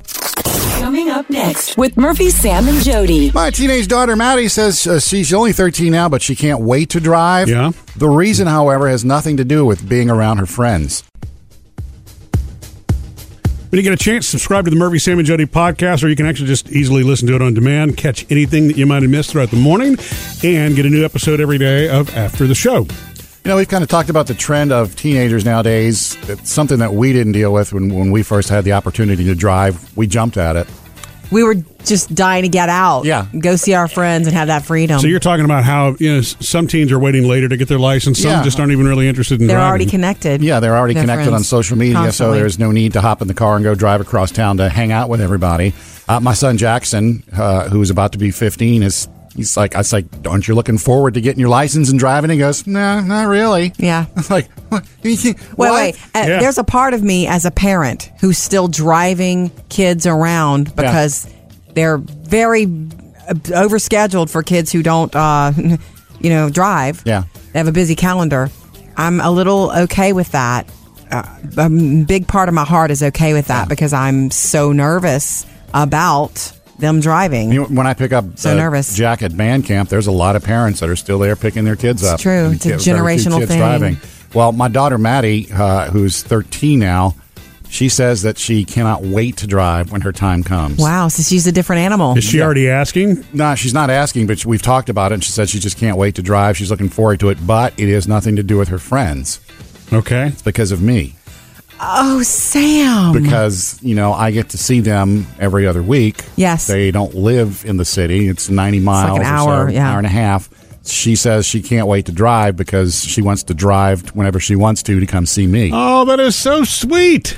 Speaker 4: Coming up next with Murphy, Sam, and Jody.
Speaker 2: My teenage daughter Maddie says uh, she's only 13 now, but she can't wait to drive.
Speaker 3: Yeah.
Speaker 2: The reason, however, has nothing to do with being around her friends.
Speaker 3: When you get a chance, subscribe to the Murphy, Sam, and Jody podcast, or you can actually just easily listen to it on demand. Catch anything that you might have missed throughout the morning and get a new episode every day of After the Show.
Speaker 2: You know, we've kind of talked about the trend of teenagers nowadays. It's something that we didn't deal with when, when we first had the opportunity to drive. We jumped at it.
Speaker 1: We were just dying to get out.
Speaker 2: Yeah.
Speaker 1: Go see our friends and have that freedom.
Speaker 3: So you're talking about how you know s- some teens are waiting later to get their license. Some
Speaker 2: Yeah.
Speaker 3: just aren't even really interested in
Speaker 1: They're
Speaker 3: driving.
Speaker 1: already connected.
Speaker 2: Yeah, they're already
Speaker 1: They're
Speaker 2: connected
Speaker 1: friends
Speaker 2: on social media,
Speaker 1: constantly.
Speaker 2: so there's no need to hop in the car and go drive across town to hang out with everybody. Uh, my son Jackson, uh, who's about to be 15, is he's like, I was like, aren't you looking forward to getting your license and driving? He goes, no, not really.
Speaker 1: Yeah.
Speaker 2: I was like, what? You think-
Speaker 1: Wait,
Speaker 2: what?
Speaker 1: wait. Uh,
Speaker 3: Yeah.
Speaker 1: There's a part of me as a parent who's still driving kids around because they're very uh, overscheduled for kids who don't, uh, you know, drive.
Speaker 2: Yeah.
Speaker 1: They have a busy calendar. I'm a little okay with that. Uh, a m- big part of my heart is okay with that because I'm so nervous about them driving.
Speaker 2: You know, when I pick up
Speaker 1: So nervous.
Speaker 2: Jack at band camp, there's a lot of parents that are still there picking their kids up.
Speaker 1: true.
Speaker 2: And
Speaker 1: It's a
Speaker 2: kids- there were two
Speaker 1: generational
Speaker 2: kids
Speaker 1: thing.
Speaker 2: Driving. Well, my daughter Maddie, uh, who's 13 now, she says that she cannot wait to drive when her time comes.
Speaker 1: Wow, so she's a different animal.
Speaker 3: Is she already asking?
Speaker 2: No, she's not asking, but we've talked about it. And she said she just can't wait to drive. She's looking forward to it, but it has nothing to do with her friends.
Speaker 3: Okay.
Speaker 2: It's because of me.
Speaker 1: Oh, Sam.
Speaker 2: Because you know, I get to see them every other week.
Speaker 1: Yes.
Speaker 2: they don't live in the city. It's ninety miles,
Speaker 1: an
Speaker 2: or so,
Speaker 1: hour, yeah.
Speaker 2: hour and a half. She says she can't wait to drive
Speaker 1: Oh.
Speaker 2: because she wants to drive whenever she wants to to come see me.
Speaker 3: Oh, that is so sweet.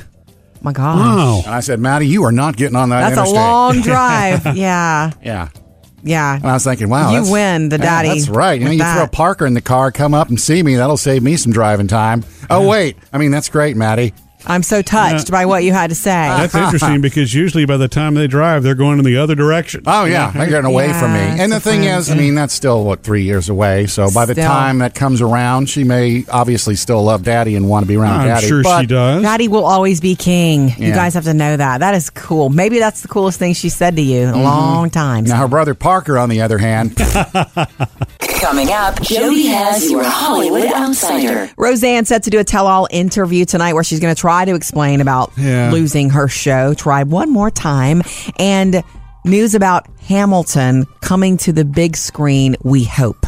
Speaker 1: my gosh.
Speaker 3: Wow.
Speaker 2: And I said, Maddie, you are not getting on that
Speaker 1: That's a
Speaker 2: interstate.
Speaker 1: long drive. yeah.
Speaker 2: yeah.
Speaker 1: Yeah.
Speaker 2: And I was thinking, wow,
Speaker 1: You
Speaker 2: that's-
Speaker 1: win the
Speaker 2: yeah,
Speaker 1: daddy
Speaker 2: that's right. You know,
Speaker 1: with
Speaker 2: you throw a
Speaker 1: that.
Speaker 2: Parker in the car, come up and see me. That'll save me some driving time. Oh wait, I mean that's great, Maddie.
Speaker 1: I'm so touched by what you had to say.
Speaker 3: Uh, That's interesting because usually by the time they drive, they're going in the other direction.
Speaker 2: Oh yeah, they're getting away
Speaker 1: Yeah,
Speaker 2: from me. And the thing
Speaker 1: sometimes,
Speaker 2: is, I mean, that's still what three years away. So by the
Speaker 1: Still.
Speaker 2: time that comes around, she may obviously still love daddy and want to be around
Speaker 3: I'm
Speaker 2: daddy.
Speaker 3: sure
Speaker 2: but
Speaker 3: she does.
Speaker 1: Daddy will always be king. You
Speaker 2: Yeah.
Speaker 1: guys have to know that. That is cool. Maybe that's the coolest thing she said to you in a long time.
Speaker 2: Now her brother Parker, on the other hand,
Speaker 4: Coming up, Jody has your Hollywood Outsider.
Speaker 1: Roseanne set to do a tell-all interview tonight where she's going to try to explain about
Speaker 3: Yeah.
Speaker 1: losing her show. Try one more time and news about Hamilton coming to the big screen. We hope.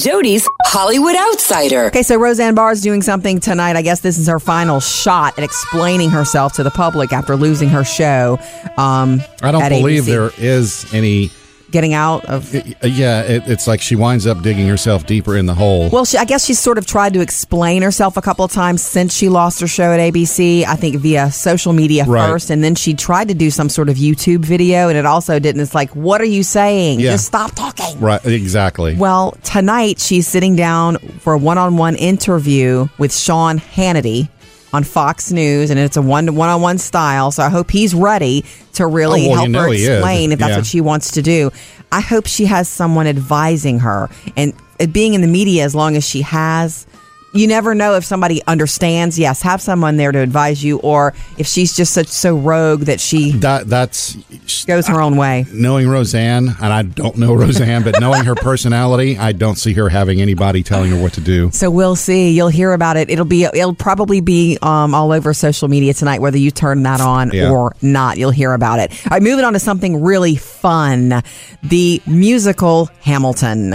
Speaker 4: Jody's Hollywood Outsider.
Speaker 1: Okay, so Roseanne Barr's doing something tonight. I guess this is her final shot at explaining herself to the public after losing her show. Um,
Speaker 9: I don't
Speaker 1: at
Speaker 9: believe
Speaker 1: ABC.
Speaker 9: there is any.
Speaker 1: getting out of.
Speaker 9: Yeah, it, it's like she winds up digging herself deeper in the hole.
Speaker 1: Well, she, I guess she's sort of tried to explain herself a couple of times since she lost her show at ABC. I think via social media
Speaker 9: Right.
Speaker 1: first, and then she tried to do some sort of YouTube video, and it also didn't. It's like, what are you saying?
Speaker 9: Yeah.
Speaker 1: Just stop talking.
Speaker 9: right, exactly.
Speaker 1: Well, tonight she's sitting down for a one-on-one interview with Sean Hannity on Fox News, and it's a one one-on-one style. So I hope he's ready to really
Speaker 9: Oh, well,
Speaker 1: help
Speaker 9: you know
Speaker 1: her
Speaker 9: he is.
Speaker 1: explain if that's
Speaker 9: Yeah.
Speaker 1: what she wants to do. I hope she has someone advising her, and it being in the media as long as she has. You never know if somebody understands. Yes, have someone there to advise you, or if she's just such so rogue that she
Speaker 9: that that's
Speaker 1: goes her own way.
Speaker 9: knowing Roseanne, and I don't know Roseanne, but knowing her personality, I don't see her having anybody telling her what to do.
Speaker 1: So we'll see. You'll hear about it. It'll be it'll probably be um, all over social media tonight, whether you turn that on
Speaker 9: Yeah.
Speaker 1: or not. You'll hear about it. All right, moving on to something really fun: the musical Hamilton,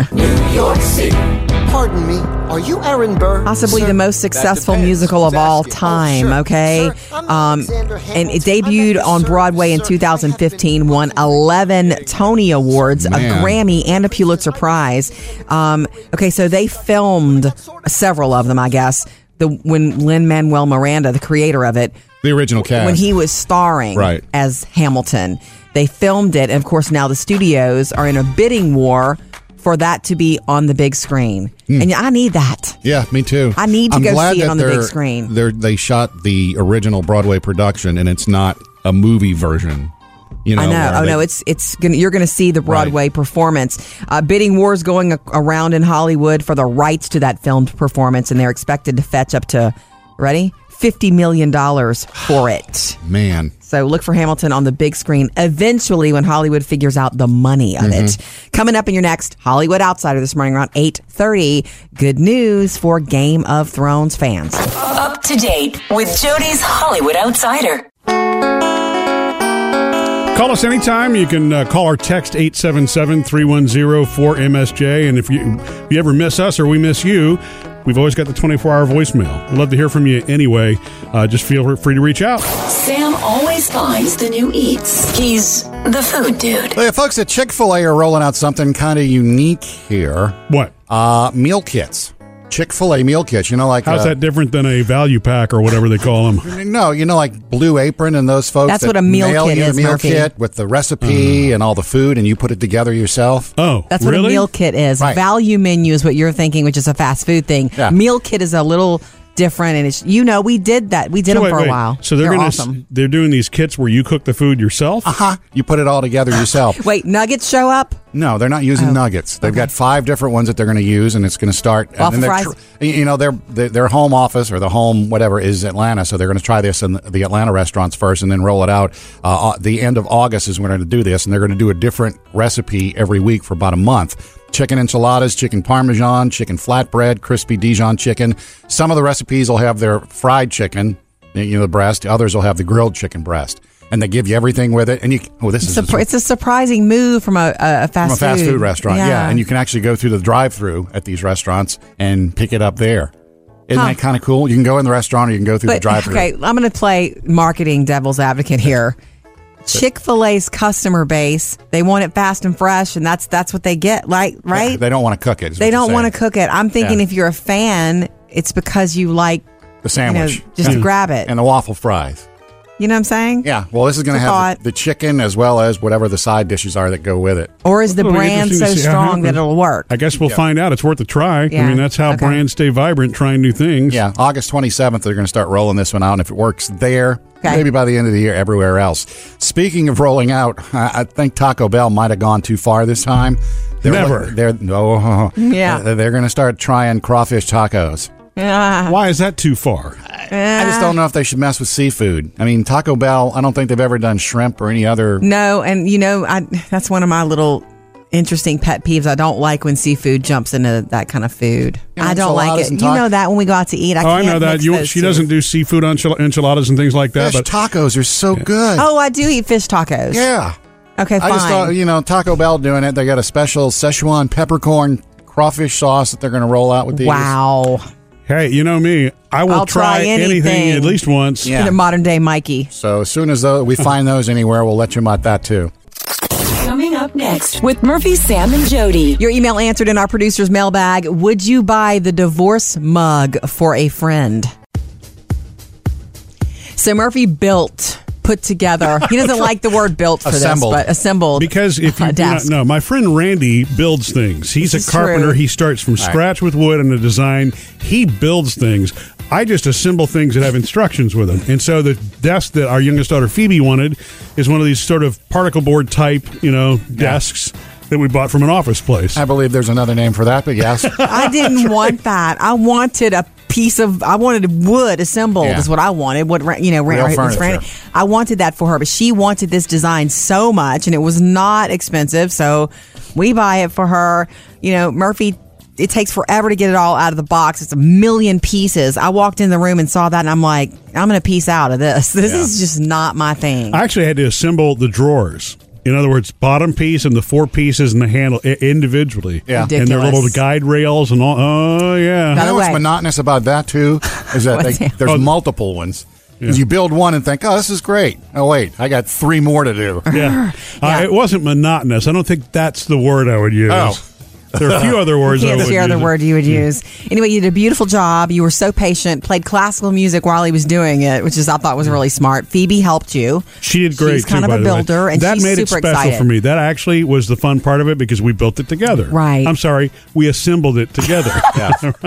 Speaker 5: Pardon me, are you Aaron Burr?
Speaker 1: possibly the most successful musical of all time. Okay, um, and it debuted on Broadway in 2015, won 11 Tony Awards, a
Speaker 9: Man.
Speaker 1: Grammy, and a Pulitzer Prize. Um, okay, so they filmed several of them, I guess. The, when Lin Manuel Miranda, the creator of it,
Speaker 9: The original cast.
Speaker 1: when he was starring
Speaker 9: Right.
Speaker 1: as Hamilton. They filmed it, and of course, now the studios are in a bidding war for that to be on the big screen.
Speaker 9: Hmm.
Speaker 1: And I need that.
Speaker 9: yeah, me too.
Speaker 1: I need to
Speaker 9: I'm
Speaker 1: go
Speaker 9: glad
Speaker 1: see it
Speaker 9: that
Speaker 1: on the big
Speaker 9: they're-
Speaker 1: screen.
Speaker 9: They're, they shot the original Broadway production, and it's not a movie version. You know,
Speaker 1: I know.
Speaker 9: where
Speaker 1: Oh
Speaker 9: they-
Speaker 1: no, it's it's gonna, you're going to see the Broadway performance. Uh, bidding wars going a- around in Hollywood for the rights to that filmed performance, and they're expected to fetch up to ready fifty million dollars for it.
Speaker 9: man.
Speaker 1: So look for Hamilton on the big screen eventually when Hollywood figures out the money of it. Coming up in your next Hollywood Outsider this morning around 8:30, good news for Game of Thrones fans.
Speaker 4: Up to date with Jody's Hollywood Outsider.
Speaker 3: Call us anytime. You can uh, call or text 877 310 4MSJ. And if you, if you ever miss us or we miss you, we've always got the 24 hour voicemail. We'd love to hear from you anyway. Uh, just feel free to reach out.
Speaker 4: Sam always finds the new eats. He's the food dude.
Speaker 2: Well, yeah, folks at Chick Fil A are rolling out something kind of unique here.
Speaker 3: What?
Speaker 2: Uh, meal kits, Chick Fil A meal kits. You know, like
Speaker 3: How's
Speaker 2: uh,
Speaker 3: that different than a value pack or whatever they call them?
Speaker 2: No, you know, like Blue Apron and those folks.
Speaker 1: That's
Speaker 2: that
Speaker 1: what a meal
Speaker 2: mail
Speaker 1: kit
Speaker 2: you a
Speaker 1: is,
Speaker 2: meal
Speaker 1: Murphy.
Speaker 2: kit with the recipe and all the food, and you put it together yourself.
Speaker 3: Oh,
Speaker 1: That's
Speaker 3: really?
Speaker 1: what a meal kit is.
Speaker 2: Right.
Speaker 1: Value menu is what you're thinking, which is a fast food thing.
Speaker 2: Yeah.
Speaker 1: Meal kit is a little different and it's you know we did that. We did
Speaker 3: So
Speaker 1: them
Speaker 3: wait,
Speaker 1: for a
Speaker 3: wait.
Speaker 1: while.
Speaker 3: So they're, gonna, s-
Speaker 1: awesome. Uh-huh.
Speaker 3: They're doing these kits where you cook the food yourself.
Speaker 2: Huh? You put it all together yourself.
Speaker 1: Wait, nuggets show up?
Speaker 2: No, they're not
Speaker 1: Oh,
Speaker 2: using nuggets. They've got five different ones that they're going to use, and it's going to start.
Speaker 1: Waffle
Speaker 2: and then they're
Speaker 1: fries?
Speaker 2: tr- you know, their their their home office or the home whatever is Atlanta, so they're going to try this in the Atlanta restaurants first, and then roll it out. Uh, au- the end of August is when they're going to do this, and they're going to do a different recipe every week for about a month. Chicken enchiladas, chicken parmesan, chicken flatbread, crispy Dijon chicken. Some of the recipes will have their fried chicken, you know, the breast. Others will have the grilled chicken breast, and they give you everything with it. And you, oh, this is
Speaker 1: Surpri- it's a surprising move from a, a, a fast
Speaker 2: from a fast
Speaker 1: food.
Speaker 2: food, restaurant. Yeah. and you can actually go through the drive-through at these restaurants and pick it up there. Isn't that kind of cool? You can go in the restaurant, or you can go through the drive-through.
Speaker 1: Okay, I'm going to play marketing devil's advocate here. Chick Fil A's customer base, they want it fast and fresh, and that's that's what they get. Like, right?
Speaker 2: They don't want to cook it. is
Speaker 1: They
Speaker 2: what you're
Speaker 1: don't want to
Speaker 2: saying.
Speaker 1: cook it. I'm thinking
Speaker 2: Yeah.
Speaker 1: if you're a fan, it's because you like
Speaker 2: The sandwich.
Speaker 1: just
Speaker 2: And-
Speaker 1: grab it.
Speaker 2: And the waffle fries.
Speaker 1: You know what I'm saying?
Speaker 2: Yeah. Well, this is going to
Speaker 1: It's a
Speaker 2: have
Speaker 1: thought.
Speaker 2: the chicken as well as whatever the side dishes are that go with it.
Speaker 1: Or is the
Speaker 3: It'll be
Speaker 1: brand so
Speaker 3: interesting to see how
Speaker 1: strong
Speaker 3: it
Speaker 1: that
Speaker 3: happens.
Speaker 1: it'll work?
Speaker 3: I guess we'll
Speaker 2: Yeah.
Speaker 3: find out. It's worth a try. I
Speaker 1: Yeah.
Speaker 3: mean, that's how
Speaker 1: Okay.
Speaker 3: brands stay vibrant, trying new things.
Speaker 2: Yeah, August 27th, they're going to start rolling this one out. And if it works there,
Speaker 1: Okay.
Speaker 2: maybe by the end of the year, everywhere else. Speaking of rolling out, I, I think Taco Bell might have gone too far this time. They're
Speaker 3: Never.
Speaker 2: They're, no.
Speaker 1: Yeah.
Speaker 2: They're, going to start trying crawfish tacos.
Speaker 1: Yeah.
Speaker 3: Why is that too far?
Speaker 2: I
Speaker 1: Uh.
Speaker 2: just don't know if they should mess with seafood. I mean, Taco Bell, I don't think they've ever done shrimp or any other.
Speaker 1: No, and you know, I that's one of my little interesting pet peeves. I don't like when seafood jumps into that kind of food.
Speaker 2: Yeah,
Speaker 1: I don't like
Speaker 2: enchiladas
Speaker 1: it.
Speaker 2: and
Speaker 1: You
Speaker 2: tac-
Speaker 1: know that when we go out to eat, I
Speaker 3: oh, I
Speaker 1: can't
Speaker 3: know that.
Speaker 1: mix
Speaker 3: You,
Speaker 1: those
Speaker 3: she
Speaker 1: two.
Speaker 3: doesn't do seafood enchil- enchiladas and things like that.
Speaker 2: Fish
Speaker 3: But
Speaker 2: tacos are so good.
Speaker 1: Oh, I do eat fish tacos.
Speaker 2: yeah.
Speaker 1: Okay,
Speaker 2: I
Speaker 1: fine.
Speaker 2: just thought, you know, Taco Bell doing it. They got a special Szechuan peppercorn crawfish sauce that they're going to roll out with these.
Speaker 1: wow.
Speaker 3: hey, you know me. I will
Speaker 1: I'll try anything.
Speaker 3: at least once.
Speaker 2: Yeah.
Speaker 1: The modern day Mikey.
Speaker 2: So as soon as tho- we find those anywhere, we'll let you about that too.
Speaker 4: Coming up next with Murphy, Sam, and Jody.
Speaker 1: Your email answered in our producer's mailbag. Would you buy the divorce mug for a friend? So Murphy built, put together. He doesn't like the word built for
Speaker 2: Assembled.
Speaker 1: this, but assembled.
Speaker 3: Because if you
Speaker 1: a
Speaker 3: do not
Speaker 1: desk.
Speaker 3: know, my friend Randy builds things. He's
Speaker 1: This
Speaker 3: a
Speaker 1: is
Speaker 3: carpenter.
Speaker 1: true.
Speaker 3: He starts from scratch with wood and a design. He builds things. I just assemble things that have instructions with them. And so the desk that our youngest daughter Phoebe wanted is one of these sort of particle board type, you know, desks that we bought from an office place.
Speaker 2: I believe there's another name for that, but yes.
Speaker 1: I didn't want that. I wanted a piece of. I wanted wood assembled.
Speaker 2: Yeah.
Speaker 1: Is what I wanted. What Ra- you know, Ra-
Speaker 2: Real
Speaker 1: Ra- was
Speaker 2: furniture.
Speaker 1: Randy- I wanted that for her, but she wanted this design so much, and it was not expensive. So we buy it for her. You know, Murphy. It takes forever to get it all out of the box. It's a million pieces. I walked in the room and saw that, and I'm like, I'm gonna piece out of this. This is just not my thing.
Speaker 3: I actually had to assemble the drawers. In other words, bottom piece and the four pieces and the handle i- individually.
Speaker 2: Yeah.
Speaker 3: And their little
Speaker 1: Ridiculous.
Speaker 3: guide rails and all. Oh, yeah.
Speaker 2: you know what's
Speaker 1: way.
Speaker 2: monotonous about that too is that
Speaker 1: What's
Speaker 2: they,
Speaker 1: that?
Speaker 2: there's
Speaker 3: Oh.
Speaker 2: multiple ones. 'Cause
Speaker 3: Yeah.
Speaker 2: You build one and think, oh, this is great. Oh wait, I got three more to do.
Speaker 3: Yeah.
Speaker 1: Yeah.
Speaker 3: Uh, it wasn't monotonous. I don't think that's the word I would use.
Speaker 2: Oh.
Speaker 3: There are a few other words I
Speaker 1: Can't
Speaker 3: would
Speaker 1: see other
Speaker 3: use.
Speaker 1: word you would use. Anyway, you did a beautiful job. You were so patient. Played classical music while he was doing it, which is I thought was really smart. Phoebe helped you.
Speaker 3: She did great.
Speaker 1: She's
Speaker 3: too,
Speaker 1: kind
Speaker 3: by
Speaker 1: of a
Speaker 3: the way.
Speaker 1: builder, and
Speaker 3: that
Speaker 1: she's
Speaker 3: made it
Speaker 1: super
Speaker 3: special
Speaker 1: excited.
Speaker 3: for me. That actually was the fun part of it because we built it together.
Speaker 1: Right.
Speaker 3: I'm sorry, we assembled it together.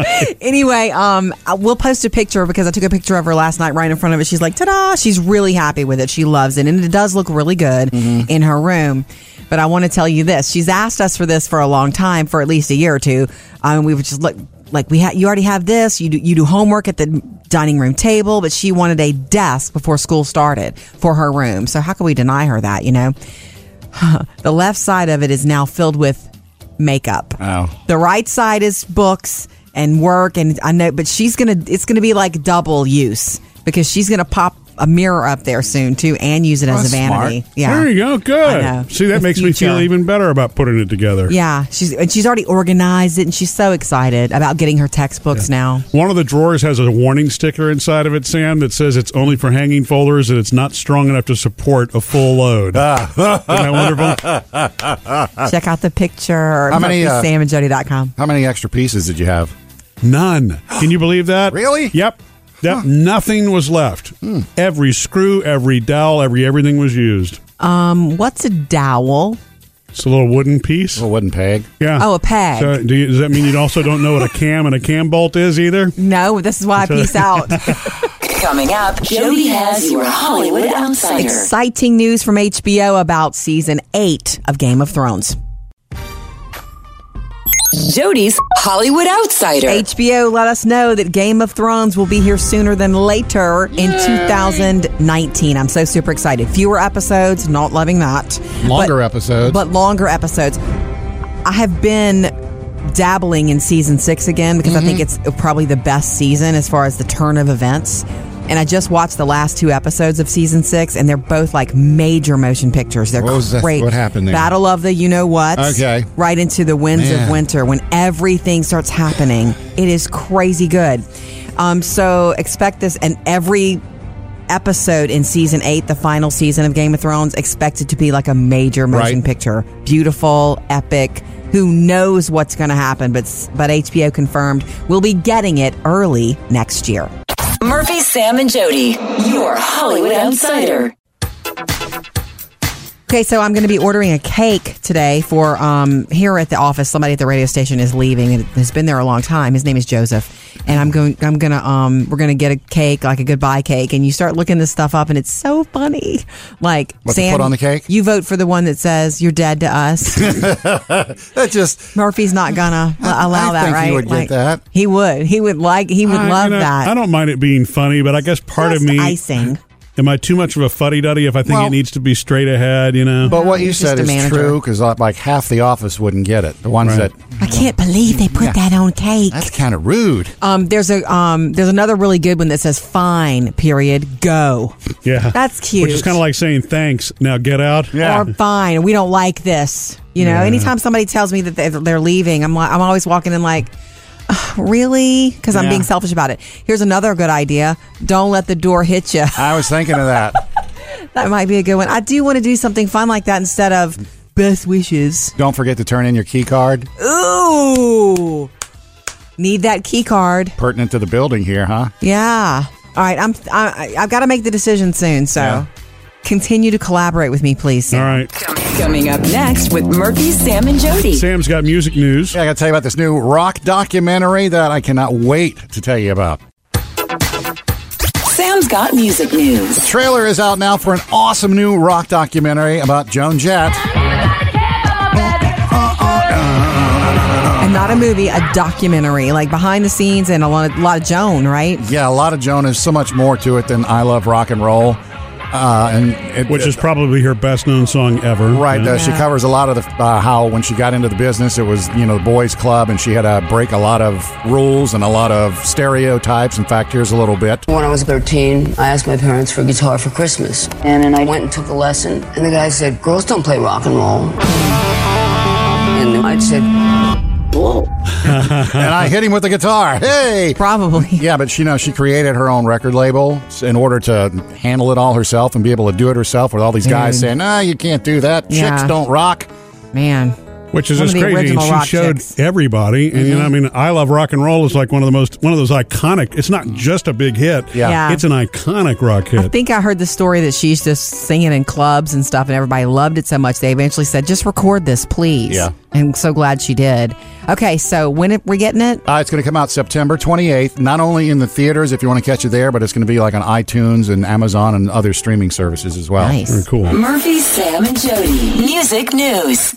Speaker 1: Anyway, um, I- we'll post a picture because I took a picture of her last night right in front of it. She's like, "Ta-da!" She's really happy with it. She loves it, and it does look really good in her room. But I want to tell you this: she's asked us for this for a long time, for at least a year or two. Um, we were just like, like we ha- you already have this. You do, you do homework at the dining room table, but she wanted a desk before school started for her room. So how can we deny her that? You know, the left side of it is now filled with makeup.
Speaker 2: Oh,
Speaker 1: The right side is books and work, and I know, but she's gonna. It's gonna be like double use because she's gonna pop a mirror up there soon too, and use it as
Speaker 2: That's
Speaker 1: a vanity.
Speaker 2: Oh, smart.
Speaker 1: Yeah.
Speaker 3: There you go.
Speaker 1: I know.
Speaker 3: Good. See, that
Speaker 1: The
Speaker 3: makes me feel
Speaker 1: future.
Speaker 3: even better about putting it together.
Speaker 1: Yeah, she's and she's already organized it, and she's so excited about getting her textbooks now.
Speaker 3: One of the drawers has a warning sticker inside of it, Sam, that says it's only for hanging folders and it's not strong enough to support a full load.
Speaker 1: Ah.
Speaker 3: Isn't that wonderful?
Speaker 1: Check out the picture.
Speaker 2: Uh, How many, uh,
Speaker 1: SamandJody.com.
Speaker 2: how many extra pieces did you have?
Speaker 3: None. Can you believe that?
Speaker 2: Really? Hmm.
Speaker 3: Yep. Yep. Nothing was left. Every screw, every dowel, every everything was used.
Speaker 1: Um, what's a dowel?
Speaker 3: It's a little wooden piece.
Speaker 2: Well, wooden peg.
Speaker 3: Yeah.
Speaker 1: Oh, a peg.
Speaker 3: So do you, does that mean you also don't know what a cam and a cam bolt is either?
Speaker 1: No, this is why I peace out.
Speaker 4: Coming up, Jody has your Hollywood Outsider.
Speaker 1: Exciting news from HBO about season eight of Game of Thrones.
Speaker 4: Jody's Hollywood Outsider.
Speaker 1: HBO let us know that Game of Thrones will be here sooner than later in 2019. I'm so super excited. Fewer episodes, not loving that.
Speaker 9: Longer
Speaker 1: But-
Speaker 9: episodes.
Speaker 1: But longer episodes. I have been dabbling in season six again because I think it's
Speaker 9: Mm-hmm.
Speaker 1: probably the best season as far as the turn of events. And I just watched the last two episodes of season six, and they're both like major motion pictures. They're
Speaker 9: What was that-
Speaker 1: great.
Speaker 9: what happened there?
Speaker 1: Battle of the you know what?
Speaker 9: Okay.
Speaker 1: Right into the winds of
Speaker 9: Man.
Speaker 1: winter winter when everything starts happening. It is crazy good. Um, so expect this, and every episode in season eight, the final season of Game of Thrones, expected to be like a major motion
Speaker 9: Right.
Speaker 1: picture, beautiful, epic. Who knows what's going to happen? But but HBO confirmed we'll be getting it early next year.
Speaker 4: Murphy, Sam, and Jody, your Hollywood outsider.
Speaker 1: Okay, so I'm going to be ordering a cake today for um, here at the office. Somebody at the radio station is leaving and has been there a long time. His name is Joseph, and I'm going. I'm gonna. Um, we're gonna get a cake, like a goodbye cake, and you start looking this stuff up, and it's so funny. Like
Speaker 2: What to
Speaker 1: Sam,
Speaker 2: put on the cake?
Speaker 1: You vote for the one that says you're dead to us.
Speaker 2: that just
Speaker 1: Murphy's not gonna allow
Speaker 2: I
Speaker 1: that,
Speaker 2: think
Speaker 1: right?
Speaker 2: he would get
Speaker 1: Like,
Speaker 2: that.
Speaker 1: He would. He would like. He would
Speaker 3: I- you
Speaker 1: love
Speaker 3: know,
Speaker 1: that.
Speaker 3: I don't mind it being funny, but I guess part
Speaker 1: Just
Speaker 3: of me
Speaker 1: icing.
Speaker 3: Am I too much of a fuddy duddy if I think
Speaker 2: Well-
Speaker 3: it needs to be straight ahead? You know,
Speaker 2: But what you
Speaker 1: he's just
Speaker 2: said
Speaker 1: a
Speaker 2: is
Speaker 1: manager.
Speaker 2: true because like half the office wouldn't get it. The ones
Speaker 3: Right.
Speaker 2: that
Speaker 1: I can't believe they put that on cake.
Speaker 2: that's kind of rude.
Speaker 1: Um, there's a um, there's another really good one that says "Fine, period, go."
Speaker 3: yeah,
Speaker 1: That's cute.
Speaker 3: Which is kind of like saying thanks. Now get out.
Speaker 1: or fine. We don't like this. You know, anytime somebody tells me that they- they're leaving, I'm like, I'm always walking in like, "Ugh, really, because I'm
Speaker 2: Yeah.
Speaker 1: being selfish about it. Here's another good idea: don't let the door hit you.
Speaker 2: I was thinking of that.
Speaker 1: that might be a good one. I do want to do something fun like that instead of best wishes.
Speaker 2: Don't forget to turn in your key card
Speaker 1: Ooh, need that key card.
Speaker 2: pertinent to the building here, huh?
Speaker 1: Yeah. All right. I'm. I, I- I've got to make the decision soon. So,
Speaker 2: Yeah.
Speaker 1: continue to collaborate with me, please.
Speaker 3: All right.
Speaker 4: Coming up next with Murphy, Sam, and Jody.
Speaker 3: Sam's got music news.
Speaker 2: Yeah, I got to tell you about this new rock documentary that I cannot wait to tell you about.
Speaker 4: Sam's got music news.
Speaker 2: Trailer is out now for an awesome new rock documentary about Joan Jett.
Speaker 1: And not a movie, a documentary, like behind the scenes and a lot, a lot of Joan, right?
Speaker 2: Yeah, a lot of Joan is so much more to it than I Love Rock and Roll. Uh, and it,
Speaker 3: which is probably her best known song ever.
Speaker 2: Right,
Speaker 3: Yeah.
Speaker 2: uh, she covers a lot of the uh, how when she got into the business, it was you know the boys' club, and she had to break a lot of rules and a lot of stereotypes. In fact, here's a little bit.
Speaker 8: When I was 13, I asked my parents for a guitar for Christmas. And then I went and took a lesson. And the guy said, Girls don't play rock and roll. And I said, Whoa.
Speaker 2: and I hit him with the guitar. Hey.
Speaker 1: Probably.
Speaker 2: Yeah, but she you know she created her own record label in order to handle it all herself and be able to do it herself with all these guys saying, "No, you can't do that.
Speaker 1: Mm. Yeah.
Speaker 2: Chicks don't rock."
Speaker 1: Man.
Speaker 3: Which is
Speaker 1: One
Speaker 3: just
Speaker 1: of the
Speaker 3: crazy. And
Speaker 1: original
Speaker 3: she
Speaker 1: rock
Speaker 3: showed
Speaker 1: chicks. Mm-hmm.
Speaker 3: everybody, and you know, I mean, I love rock and roll is like one of the most one of those iconic. It's not just a big hit.
Speaker 2: Yeah.
Speaker 1: Yeah.
Speaker 3: it's an iconic rock hit.
Speaker 1: I think I heard the story that she's just singing in clubs and stuff, and everybody loved it so much they eventually said, "Just record this, please."
Speaker 2: Yeah.
Speaker 1: and I'm so glad she did. Okay, so when it, we're getting it,
Speaker 2: Uh, it's going to come out September 28th, not only in the theaters if you want to catch it there, but it's going to be like on iTunes and Amazon Oh, and other streaming services as well.
Speaker 1: nice.
Speaker 3: Very cool.
Speaker 4: Murphy, Sam, and Jody. Music news.